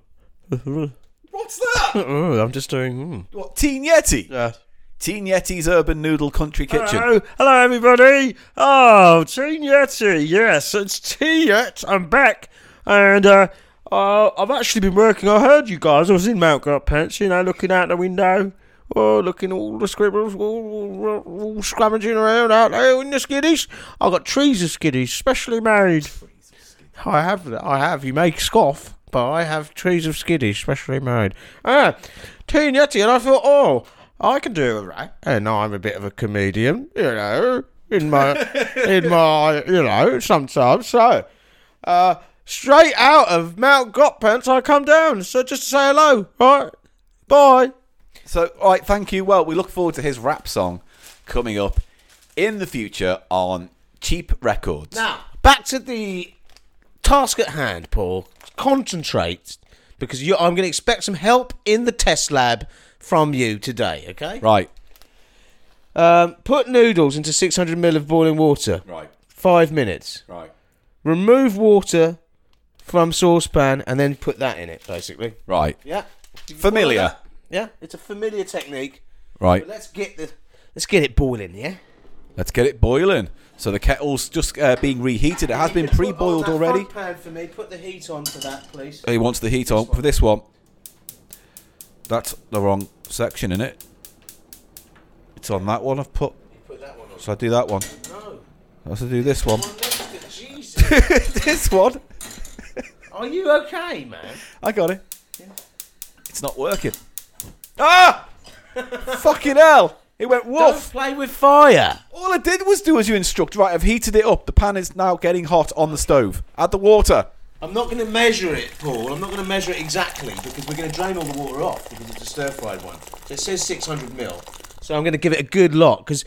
What's that?
oh I'm just doing.
what? Teen Yeti.
Hmm. Uh,
Teen Yeti's Urban Noodle Country Kitchen.
Hello, hello everybody. Oh, Teen Yeti. Yes, it's Teen Yet. I'm back, and uh, uh, I've actually been working. I heard you guys. I was in Mount Gartpence, you know, looking out the window. Oh, looking all the scribbles, all, all, all scrummaging around out there in the skiddies. I got trees of skiddies, specially made. I have, that. I have. You may scoff, but I have trees of skiddies specially made. Ah, Teen Yeti, and I thought, oh, I can do it, right? And I'm a bit of a comedian, you know, in my, in my, you know, sometimes. So, uh, straight out of Mount Gotpants, I come down. So just to say hello, right? Bye.
So, all right, thank you. Well, we look forward to his rap song coming up in the future on Cheap Records.
Now, back to the task at hand, Paul. Concentrate, because you, I'm going to expect some help in the test lab from you today, okay?
Right,
Um, put noodles into 600 ml of boiling water.
right,
Five minutes.
right,
Remove water from saucepan and then put that in it, basically.
right.
Yeah.
Familiar.
follow Yeah, it's a familiar technique.
Right.
But let's get the let's get it boiling. Yeah.
Let's get it boiling. So the kettle's just uh, being reheated. It has been
Put- oh,
pre-boiled
that
already.
front Pan for me. Put the heat on for that, please.
He wants the heat on for this one. That's the wrong section in it. It's on that one. I've put.
Put that one on.
Should I do that one?
No.
I should do this one.
One next to Jesus.
this one.
Are you okay, man?
I got it. It's not working. Ah! Fucking hell! It went
Don't
woof.
play with fire.
All I did was do as you instruct. Right, I've heated it up. The pan is now getting hot on the stove. Add the water.
I'm not going to measure it, Paul. I'm not going to measure it exactly because we're going to drain all the water off because it's a stir fried one. So it says 600 mil. So I'm going to give it a good lot because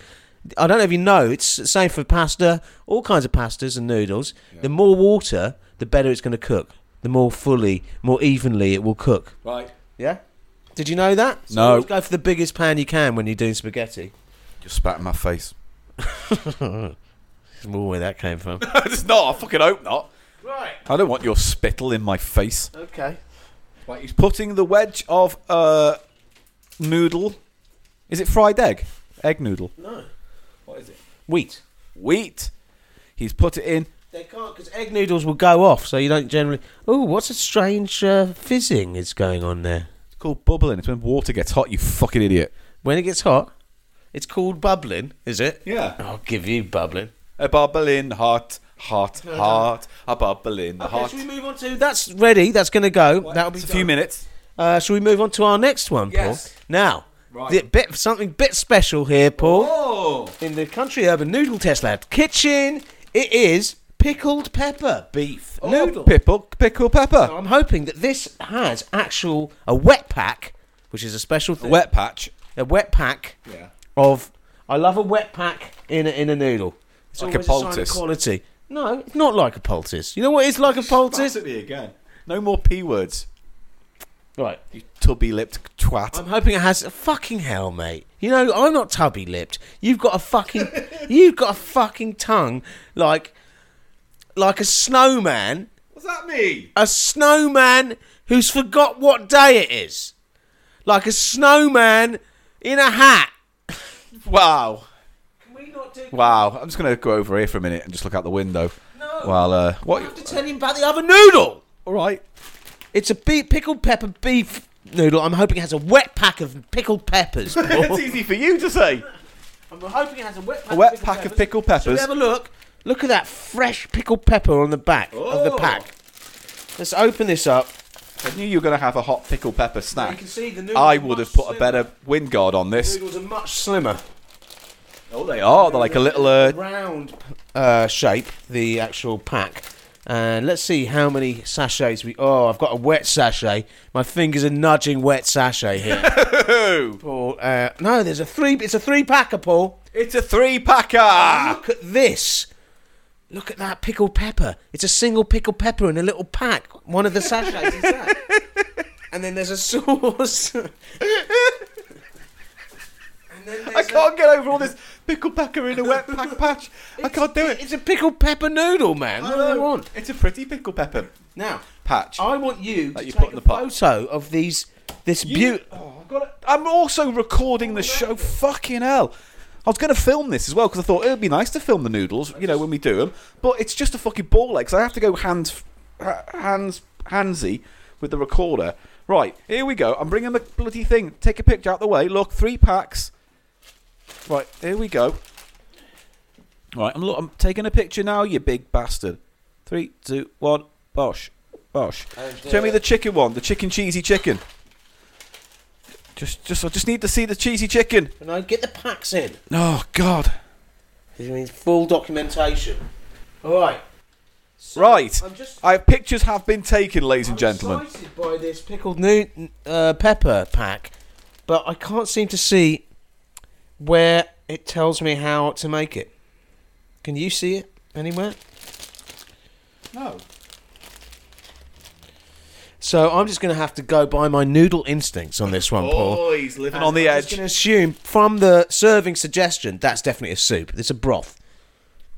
I don't know if you know, it's the same for pasta, all kinds of pastas and noodles. The more water, the better it's going to cook. The more fully, more evenly it will cook.
Right.
Yeah? Did you know that? So
No.
always Go for the biggest pan you can when you're doing spaghetti.
Just spat in my face.
That's more where that came from.
it's not. I fucking hope not.
right.
I don't want your spittle in my face.
Okay.
Right, he's putting the wedge of uh, noodle. Is it fried egg? Egg noodle.
No.
What is it?
Wheat.
Wheat. He's put it in.
They can't because egg noodles will go off, so you don't generally. Oh, what's a strange uh, fizzing is going on there?
It's called bubbling. It's when water gets hot. You fucking idiot.
When it gets hot, it's called bubbling, is it?
Yeah.
I'll give you bubbling.
A bubbling hot, hot, hot. A bubbling hot.
should we move on to that's ready? That's going to go. That'll be
It's a few
done.
minutes.
Uh, shall we move on to our next one,
Yes.
Paul? Now, the bit something bit special here, Paul.
Oh.
In the country urban noodle test lab kitchen, it is pickled pepper beef noodle.
Pickle, pickle pepper.
I'm hoping that this has actual a wet pack, which is a special thing.
Wet patch.
a wet pack
Yeah.
of. I love a wet pack in a, in a noodle. It's
Like a
always sign of
poultice.
quality. No, it's not like a poultice. You know what? It's like a poultice.
me again. No more p words.
Right.
You tubby lipped twat.
I'm hoping it has fucking hell, mate. You know I'm not tubby lipped. You've got a fucking you've got a fucking tongue like like a snowman,
What's that mean?
a snowman who's forgot what day it is, like a snowman in a hat.
Wow.
Can we not do?
Wow. I'm just gonna go over here for a minute and just look out the window.
No.
While uh,
I have to
what?
tell him about the other noodle.
All right.
It's a beef, pickled pepper beef noodle. I'm hoping it has a wet pack of pickled peppers. I'm
it's easy for you to say.
hoping it has a wet pack,
A wet pack of pickled
Shall we
peppers.
have a look? Look at that fresh pickled pepper on the back of the pack. Let's open this up.
I knew you were going to have a hot pickle pepper snack.
you can see the noodles
I
are
would
much
have put a
slimmer.
better wind guard on this.
Noodles are much slimmer.
Oh, they are. They're like a little. Uh,
round.
uh, shape, the actual pack. And let's see how many sachets we. Oh, I've got a wet sachet. My fingers are nudging wet sachet here. Paul, uh, no, there's a three. It's a three packer, Paul.
It's a three packer.
Look at this. Look at that pickled pepper. It's a single pickled pepper in a little pack. One of the sachets is that. And then there's a sauce. and then
I can't get over all this pickle packer in a wet pack patch. I can't do it.
It's a pickled pepper noodle, man. What do I want?
Um, It's a pretty pickle pepper
Now,
patch.
I want you
That
to
you
take
put in the
a
pot.
photo of these. This beautiful.
Oh, I've got it. I'm also recording the show. Fucking hell. I was going to film this as well because I thought it would be nice to film the noodles, you know, when we do them. But it's just a fucking ball ache 'cause I have to go hands, ha- hands, handsy with the recorder. Right, here we go. I'm bringing the bloody thing. Take a picture out the way. Look, three packs. Right, here we go. Right, I'm look. I'm taking a picture now. You big bastard. Three, two, one. Bosh, bosh. Show me the chicken one. The chicken cheesy chicken. Just, just, I just need to see the cheesy chicken.
And I get the packs in.
Oh God!
This means full documentation. All right.
right,
I'm just-
I pictures have been taken, ladies and gentlemen.
Excited by this pickled new uh, pepper pack, but I can't seem to see where it tells me how to make it. Can you see it anywhere?
No.
So I'm just going to have to go by my noodle instincts on this one,
Oh,
Paul.
he's living on the
I'm
edge.
just going to assume from the serving suggestion that's definitely a soup. It's a broth.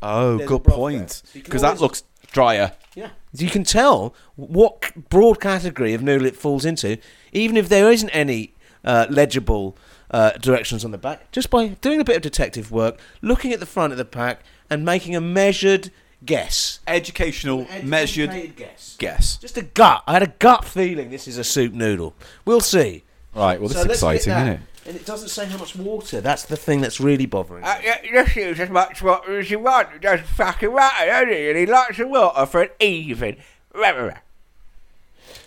Oh,
There's a
good
broth
point.
there. So you can
Because that
always-
looks drier.
Yeah. You can tell what c- broad category of noodle it falls into, even if there isn't any uh, legible uh, directions on the back, just by doing a bit of detective work, looking at the front of the pack, and making a measured guess.
Educational, measured
guess.
guess.
Just a gut. I had a gut feeling this is a soup noodle. We'll see.
Right. Well, this is exciting, isn't it?
And it doesn't say how much water. That's the thing that's really bothering
Uh,
me.
Yes, use as much water as you want. It doesn't fucking matter, does it? You need lots of water for an even.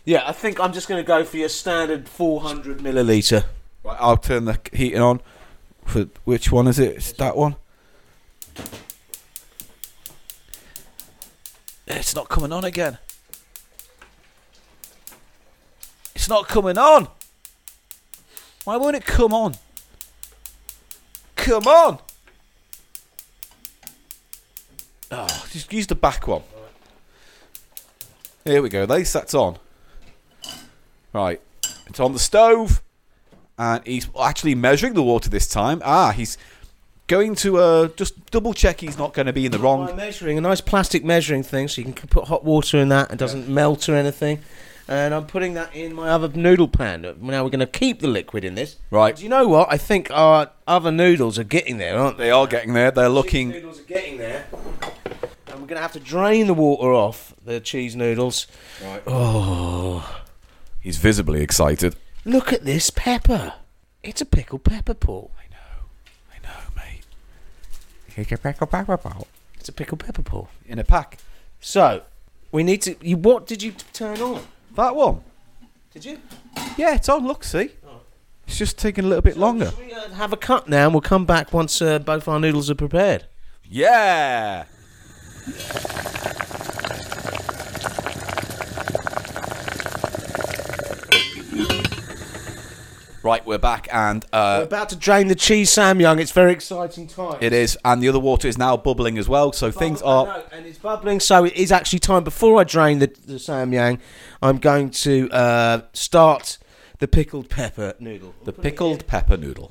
Yeah, I think I'm just going to go for your standard 400 milliliter.
Right, I'll turn the heating on. For which one is it? It's that one. It's not coming on again. It's not coming on. Why won't it come on? Come on! Oh, just use the back one. Here we go. At least that's on. Right, it's on the stove and he's actually measuring the water this time. Ah, he's going to uh, just double check he's not going to be in the
by
wrong.
measuring a nice plastic measuring thing so you can put hot water in that and doesn't melt or anything and i'm putting that in my other noodle pan now we're going to keep the liquid in this
Right.
do you know what i think our other noodles are getting there aren't they
They are getting there. They're looking.
noodles are getting there and we're going to have to drain the water off the cheese noodles Oh,
He's visibly excited.
look at this pepper it's a pickled pepper paul
I know, mate.
it's a pickled pepper paul
In a pack.
so we need to you what did you turn on
That one.
did you
Yeah, it's on. Look, see. It's just taking a little bit longer.
Shall we uh, have a cut now and we'll come back once uh, both our noodles are prepared
Yeah. Right, we're back, and uh,
We're about to drain the cheese samyang. It's very exciting time.
it is, and the other water is now bubbling as well. So things are.
No, and it's bubbling, so it is actually time. Before I drain the, the samyang, I'm going to uh, start the pickled pepper noodle.
The pickled pepper noodle.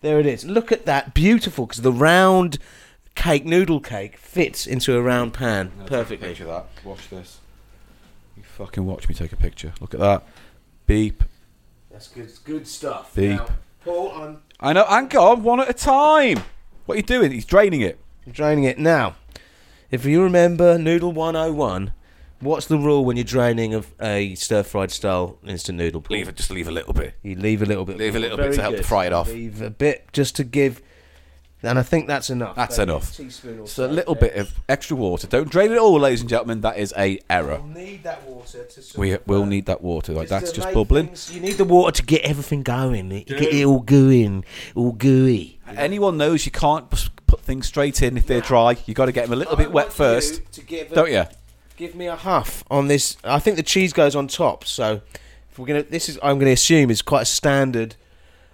There it is. Look at that, beautiful, because the round cake noodle cake fits into a round pan perfectly.
Picture that. Watch this. You fucking watch me take a picture. Look at that. Beep.
That's good. Good stuff.
Beep.
Now, Paul, I'm
I know. And go on one at a time. What are you doing? He's draining it.
draining it now. If you remember Noodle 101, what's the rule when you're draining of a stir-fried style instant noodle? Paul?
Leave it, just leave a little bit.
You leave a little bit.
Leave a little
Very
bit to help
good.
fry it off.
Leave a bit just to give And I think that's enough.
That's
Maybe a
enough.
teaspoon or
So a little bit of extra water. Don't drain it all, ladies and gentlemen. That is a error.
We'll need that water to. sort
We
of,
will
uh,
need that water. Like that's
to
just
make
bubbling.
things- You need the water to get everything going. It- Get it all gooey, all gooey.
Anyone knows you can't p- put things straight in if they're dry. You got to get them a little bit wet first, don't you?
Give me a huff on this. I think the cheese goes on top. So if we're gonna, this is I'm gonna assume is quite a standard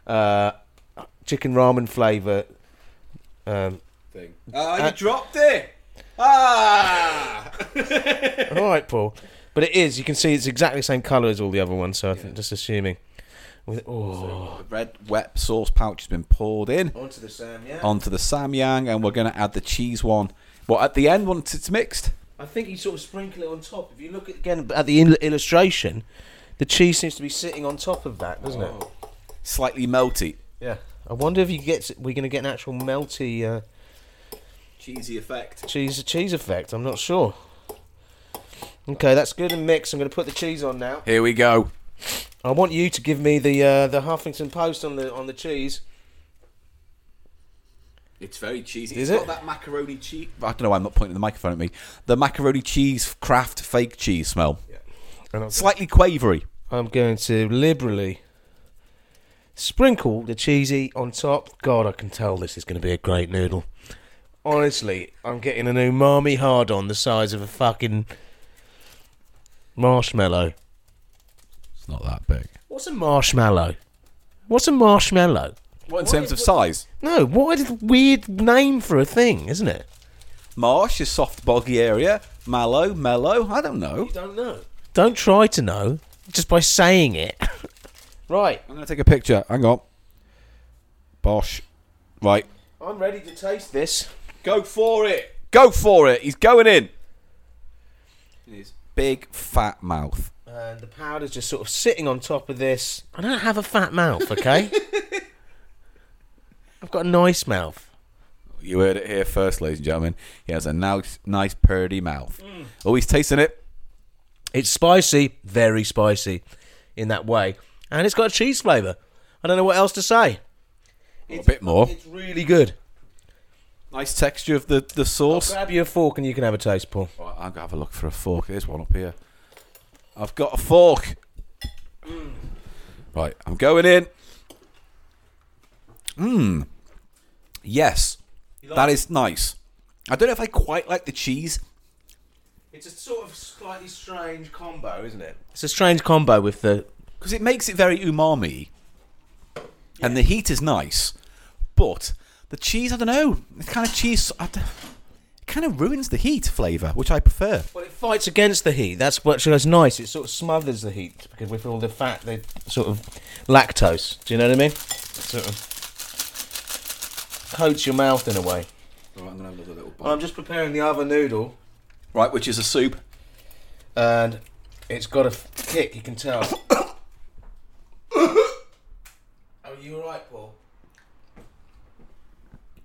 uh, chicken ramen flavour. Um,
Thing.
Ah,
Uh,
you dropped it. Ah.
all right, Paul. But it is. You can see it's exactly the same colour as all the other ones. So I think just assuming. With, oh.
The red wet sauce pouch has been poured in
Onto the Sam, yeah.
onto the samyang, and we're going to add the cheese one. Well, at the end, once it's mixed,
I think you sort of sprinkle it on top. If you look at, again at the il- illustration, the cheese seems to be sitting on top of that, doesn't it?
slightly melty,
Yeah. I wonder if you get we're going to get an actual melty uh,
cheesy effect.
cheese cheese effect. I'm not sure. Okay, that's good and mixed. I'm going to put the cheese on now.
Here we go.
I want you to give me the uh, the Huffington Post on the on the cheese.
It's very cheesy.
Is
It's
it?
got that macaroni cheese. I don't know why I'm not pointing the microphone at me. The macaroni cheese craft fake cheese smell.
And I'm,
Slightly quavery.
I'm going to liberally sprinkle the cheesy on top. God, I can tell this is going to be a great noodle. Honestly, I'm getting an umami hard on the size of a fucking marshmallow.
It's not that big.
What's a marshmallow? What's a marshmallow?
What in terms of size?
No, what a weird name for a thing, isn't it?
Marsh is soft, boggy area. Mallow, mellow. I don't know.
Don't know. Don't try to know just by saying it. right,
I'm gonna take a picture. Hang on. Bosh. Right.
I'm ready to taste this.
Go for it. Go for it. He's going in. In his big fat mouth.
And the powder's just sort of sitting on top of this. I don't have a fat mouth, okay? I've got a nice mouth.
You heard it here first, ladies and gentlemen. He has a nice, nice, purdy mouth. Oh, he's tasting it.
It's spicy, very spicy in that way. And it's got a cheese flavour. I don't know what else to say.
a bit more.
It's really good.
Nice texture of the, the sauce.
Grab your fork and you can have a taste, Paul.
Right, I'm gonna have a look for a fork. There's one up here. I've got a fork. Right, I'm going in. Mmm. Yes, that is nice. I don't know if I quite like the cheese.
It's a sort of slightly strange combo, isn't it? It's a strange combo with the.
because it makes it very umami, and the heat is nice, but the cheese I don't know. It kind of cheese I don't- it kind of ruins the heat flavour, which I prefer.
Well, it fights against the heat. That's what's what's nice. It sort of smothers the heat because with all the fat, the sort of lactose. Do you know what I mean? Sort of coats your mouth in a way.
Right, I'm gonna have another little bite.
I'm just preparing the other noodle,
Right, which is a soup.
and it's got a f- kick. You can tell. Are you all right, Paul?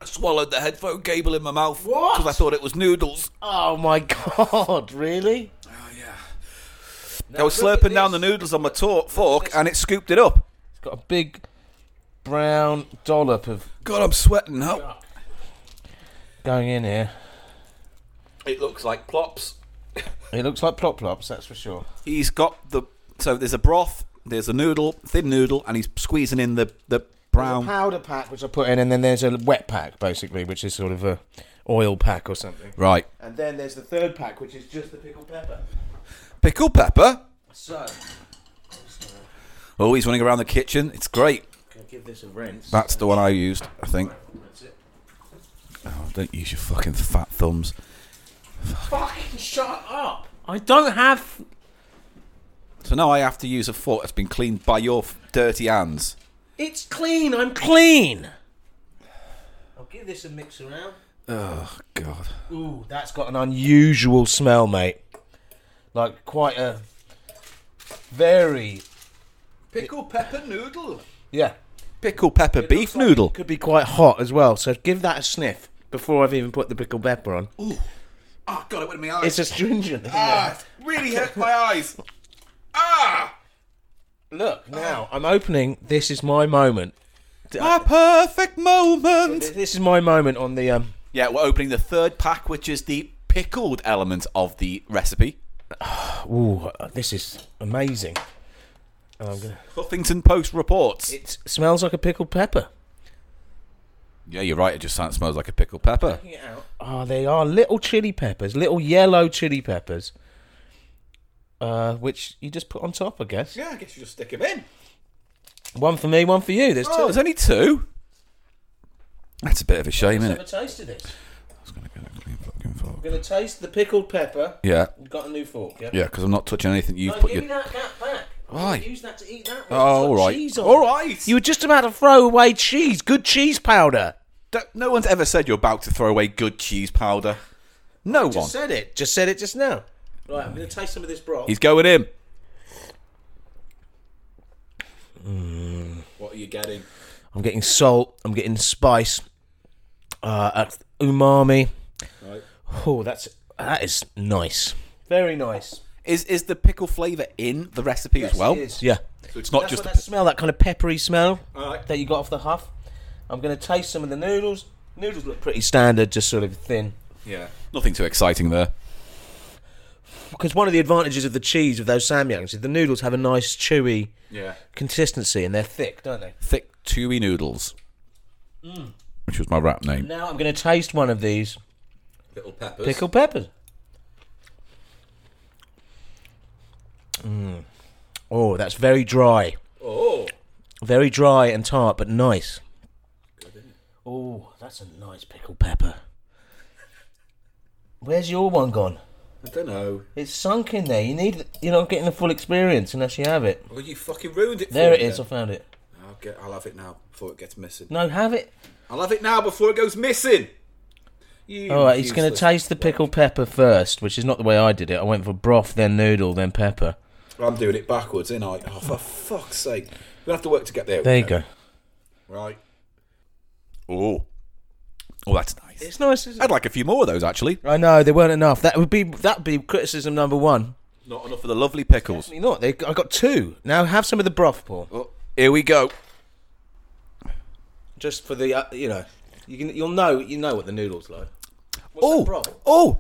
I swallowed the headphone cable in my mouth because I thought it was noodles.
Oh my god! Really?
I was
look at
slurping down the
this.
noodles on my tor- fork, and it scooped it up.
It's got a big brown dollop of
God, I'm sweating now.
going in here.
It looks like plops.
It looks like plop plops, that's for sure.
He's got the so there's a broth, there's a noodle, thin noodle, and he's squeezing in the the brown.
powder pack which I put in, and then there's a wet pack basically, which is sort of a oil pack or something.
Right,
And then there's the third pack, which is just the pickled pepper.
pickle pepper.
So,
Oh, he's running around the kitchen. It's great.
gonna give this a rinse.
That's the one I used, I think. Oh, don't use your fucking fat thumbs.
Fucking shut up! I don't have.
So now I have to use a fork that's been cleaned by your f- dirty hands.
It's clean. I'm clean. I'll give this a mix around.
Oh God.
Ooh, that's got an unusual smell, mate. Like quite a very
Pickle pepper noodle.
yeah.
Pickle pepper beef noodle.
Could be quite hot as well. So give that a sniff before I've even put the pickled pepper on.
Oh God, it went in my eyes.
It's astringent. Isn't
ah, it really hurt my eyes. Ah.
it? Look now, I'm opening. This is my moment.
My perfect moment.
This is my moment on the. Um,
Yeah, we're opening the third pack, which is the pickled element of the recipe.
ooh, uh, this is amazing. Oh, I'm gonna,
Huffington Post reports.
it smells like a pickled pepper.
yeah, you're right. It just sounds- smells like a pickled pepper.
Oh, they are little chili peppers, little yellow chili peppers, uh, which you just put on top, I guess.
Yeah, I guess you just stick him in.
One for me, one for you. There's
Oh,
two.
there's only two. That's a bit of a shame, isn't
Have a
it?
taste of this.
Fucking fuck.
I'm gonna taste the pickled pepper.
Yeah,
You've got a new fork, yeah.
yeah, because I'm not touching anything you've
No,
put
give
your.
me that, that back.
Why?
Use that to eat that.
Oh,
one. It's got
all right, all
cheese on it.
right.
You were just about to throw away cheese. Good cheese powder.
Don't- no one's ever said you're about to throw away good cheese powder. No one.
Just said it. Just said it just now. Right, I'm gonna taste some of this broth.
He's going in.
Mm.
What are you getting?
I'm getting salt. I'm getting spice. Uh, uh, umami. Oh, that's that is nice. Very nice.
Is is the pickle flavour in the recipe as well?
Yeah.
So it's not
That's
just
what
the
that smell, that kind of peppery smell
Alright.
that you got off the huff. I'm going to taste some of the noodles. Noodles look pretty standard, just sort of thin.
yeah. Nothing too exciting there.
Because one of the advantages of the cheese of those samyangs is the noodles have a nice chewy
Yeah.
consistency and they're thick, don't they?
Thick chewy noodles, which was my rap name.
Now I'm going to taste one of these
Little peppers.
pickled peppers. Mm. Oh, that's very dry.
Oh.
Very dry and tart, but nice. Oh, that's a nice pickled pepper. Where's your one gone?
I don't know.
It's sunk in there. You need, you're not getting the full experience unless you have it.
Well, you fucking ruined it.
There it is. I found it.
I'll get. I'll have it now before it gets missing.
No, have it.
I'll have it now before it goes missing. You
All right, he's going to
useless-
taste the pickled pepper first, which is not the way I did it. I went for broth, then noodle, then pepper.
I'm doing it backwards, ain't I? Oh, for fuck's sake! We have to work to get there.
There you go.
Right. Oh. Oh, that's nice.
It's nice. Isn't it?
I'd like a few more of those actually.
I know there weren't enough. That would be that would be criticism number one.
Not enough for the lovely pickles.
Definitely not. They, I got two. Now have some of the broth, Paul.
Oh, here we go.
Just for the uh, you know, you can you'll know you know what the noodles like.
Oh,
broth?
oh,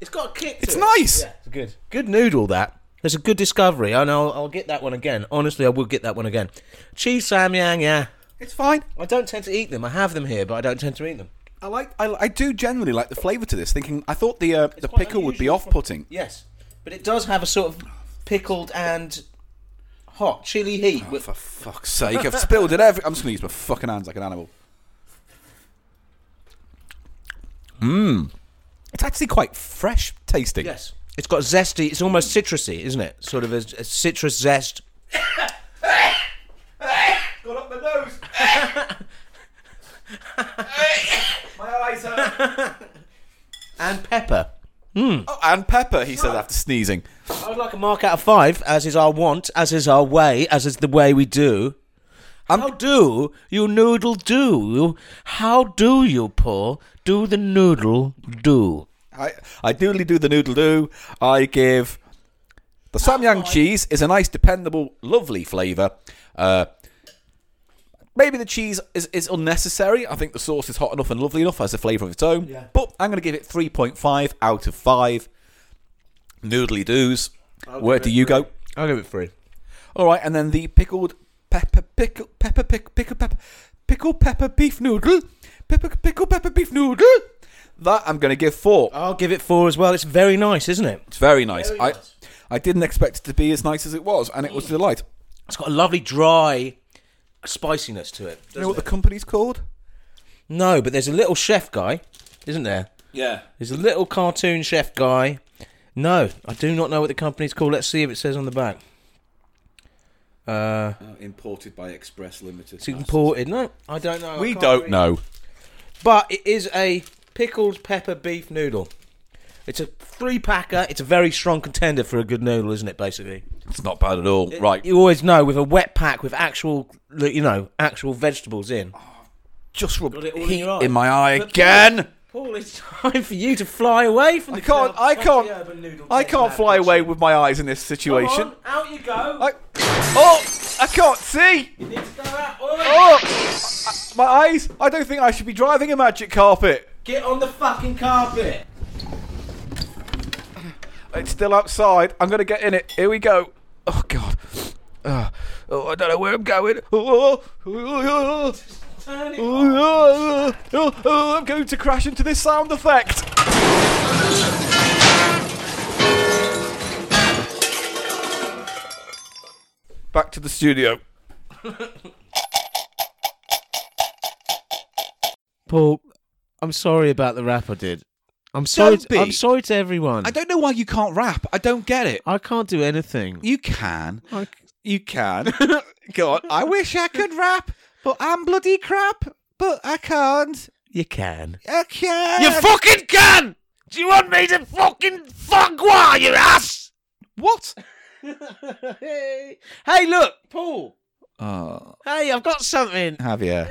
It's got a kick. To
it's
it.
nice.
Yeah, it's good. Good noodle that. That's a good discovery, and I'll, I'll get that one again. Honestly, I will get that one again. Cheese samyang, yeah.
It's fine.
I don't tend to eat them. I have them here, but I don't tend to eat them.
I like. I, I do generally like the flavour to this. Thinking, I thought the uh, the
quite
pickle would be
unusual.
off-putting.
Yes, but it does have a sort of pickled and hot chili heat. with-
For fuck's sake! I've spilled it. Every. I'm just gonna use my fucking hands like an animal. Mmm. Mmm. It's actually quite fresh tasting.
yes, it's got zesty. It's almost citrusy, isn't it? Sort of a, a citrus zest.
Got up my nose. my eyes hurt.
and pepper.
Oh, and pepper. He says after sneezing.
I would like a mark out of five, as is our want, as is our way, as is the way we do. How do you noodle do? How do you, Paul, do the noodle do?
I I doodly do the noodle do. I give the samyang cheese is a nice, dependable, lovely flavour. Uh, maybe the cheese is, is unnecessary. I think the sauce is hot enough and lovely enough as a flavour of its own. But I'm going to give it 3.5 out of 5. Noodly doos. Where do you go?
I'll give it three.
All right, and then the pickled pepper, pickle, pepper, pick, pickle pepper, pickle pepper beef noodle, pepper, pickle pepper beef noodle. That I'm going to give four.
I'll give it four as well. It's very nice, isn't it?
It's very nice. I I didn't expect it to be as nice as it was, and it was a delight.
It's got a lovely dry spiciness to it.
you know what the company's called?
No, but there's a little chef guy, isn't there?
Yeah.
There's a little cartoon chef guy. No, I do not know what the company's called. Let's see if it says on the back. Uh,
imported by Express Limited.
it's imported. No, I don't know. I
We
can't
don't
read.
know.
But it is a pickled pepper beef noodle. It's a three packer. It's a very strong contender for a good noodle, isn't it? Basically,
It's not bad at all. right.
you always know with a wet pack with actual, you know, actual vegetables in.
just rubbed
it all in
heat
your eye.
in my eye
But-
again.
Paul, it's time for you to fly away from
I
the
can't.
club.
I
Back to the urban
can't.
noodle
I
place
can't
lab.
fly away with my eyes in this
Come
situation.
on, out you go.
I, oh, I can't see.
You need to go out. Oi.
Oh,
My eyes! I don't think I should be driving a magic carpet.
Get on the fucking carpet.
It's still outside. I'm gonna get in it. Here we go. Oh god. Ah. oh, I don't know where I'm going. Oh, oh, oh, oh. Oh, oh, oh, I'm going to crash into this sound effect. Back to the studio.
Paul, I'm sorry about the rap I did. I'm sorry.
Don't be.
I'm sorry to everyone.
I
I,
don't know why you can't rap. I don't get it.
can't do anything.
You can. You can. God, I wish I could rap, but I'm bloody crap. But I can't.
You can.
I can't.
You fucking can. Do you want me to fucking fuck why you ass?
what?
hey, look, Paul.
Oh,
Hey, I've got something.
Javier.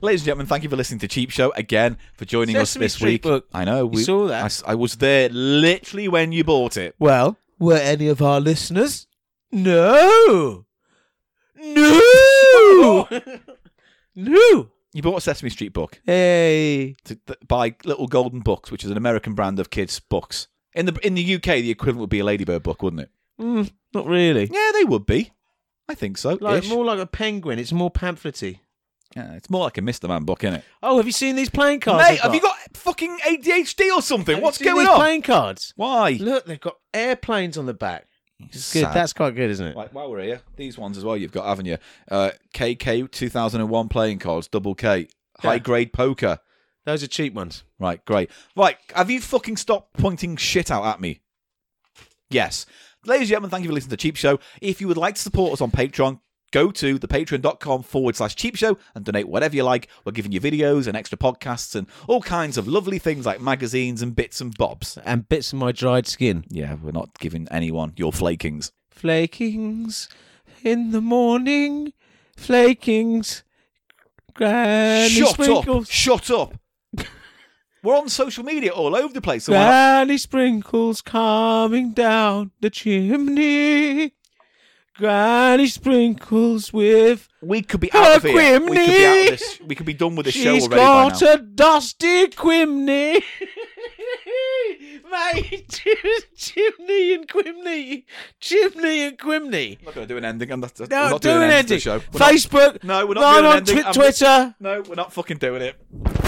Ladies and gentlemen, thank you for listening to Cheap Show again for joining us
Sesame
this
Street
week.
book.
I know we
saw that?
I s- I, was there literally when you bought it.
Well, were any of our listeners? No. No. no.
You bought a Sesame Street book
Hey.
to, th- by Little Golden Books, which is an American brand of kids' books. In the in the UK, the equivalent would be a Ladybird book, wouldn't it?
Mm, not really.
Yeah, they would be. I think so.
Like
ish.
more like a penguin. It's more pamphlety.
Yeah, it's more like a Mr. Man book, isn't it?
Oh, have you seen these playing cards?
Mate,
I've
have you got fucking ADHD or something?
Have you
What's
seen
going
these
on?
Playing cards.
Why?
Look, they've got airplanes on the back. It's good.
Sad.
That's quite good, isn't it?
Like, while we're here, these ones as well you've got, haven't you? Uh, KK 2001 playing cards, double K, high grade poker.
Those are cheap ones.
Right, great. Right, have you fucking stopped pointing shit out at me? Yes. Ladies and gentlemen, thank you for listening to Cheap Show. If you would like to support us on Patreon, go to thepatreon.com forward slash cheap show and donate whatever you like. We're giving you videos and extra podcasts and all kinds of lovely things like magazines and bits and bobs.
And bits of my dried skin.
Yeah, we're not giving anyone your flakings.
Flakings in the morning. Flakings. Granny
Shut up!
sprinkles.
Shut up! We're on social media all over the place. and we're not-
Granny sprinkles coming down the chimney. Granny sprinkles with
We could be out of
Her
here. We could be out
quimney.
of this. We could be done with this show
She's
already by
got
now.
a dusty quimney. Mate, chimney and quimney. Chimney and quimney.
I'm not going to do an ending. I'm not, I'm
No,
not
do
doing
an
ending. to
ending.
the show. We're not-
Facebook.
No, we're not doing an
on
ending.
Twi-
I'm-
Twitter.
no, we're not fucking doing it.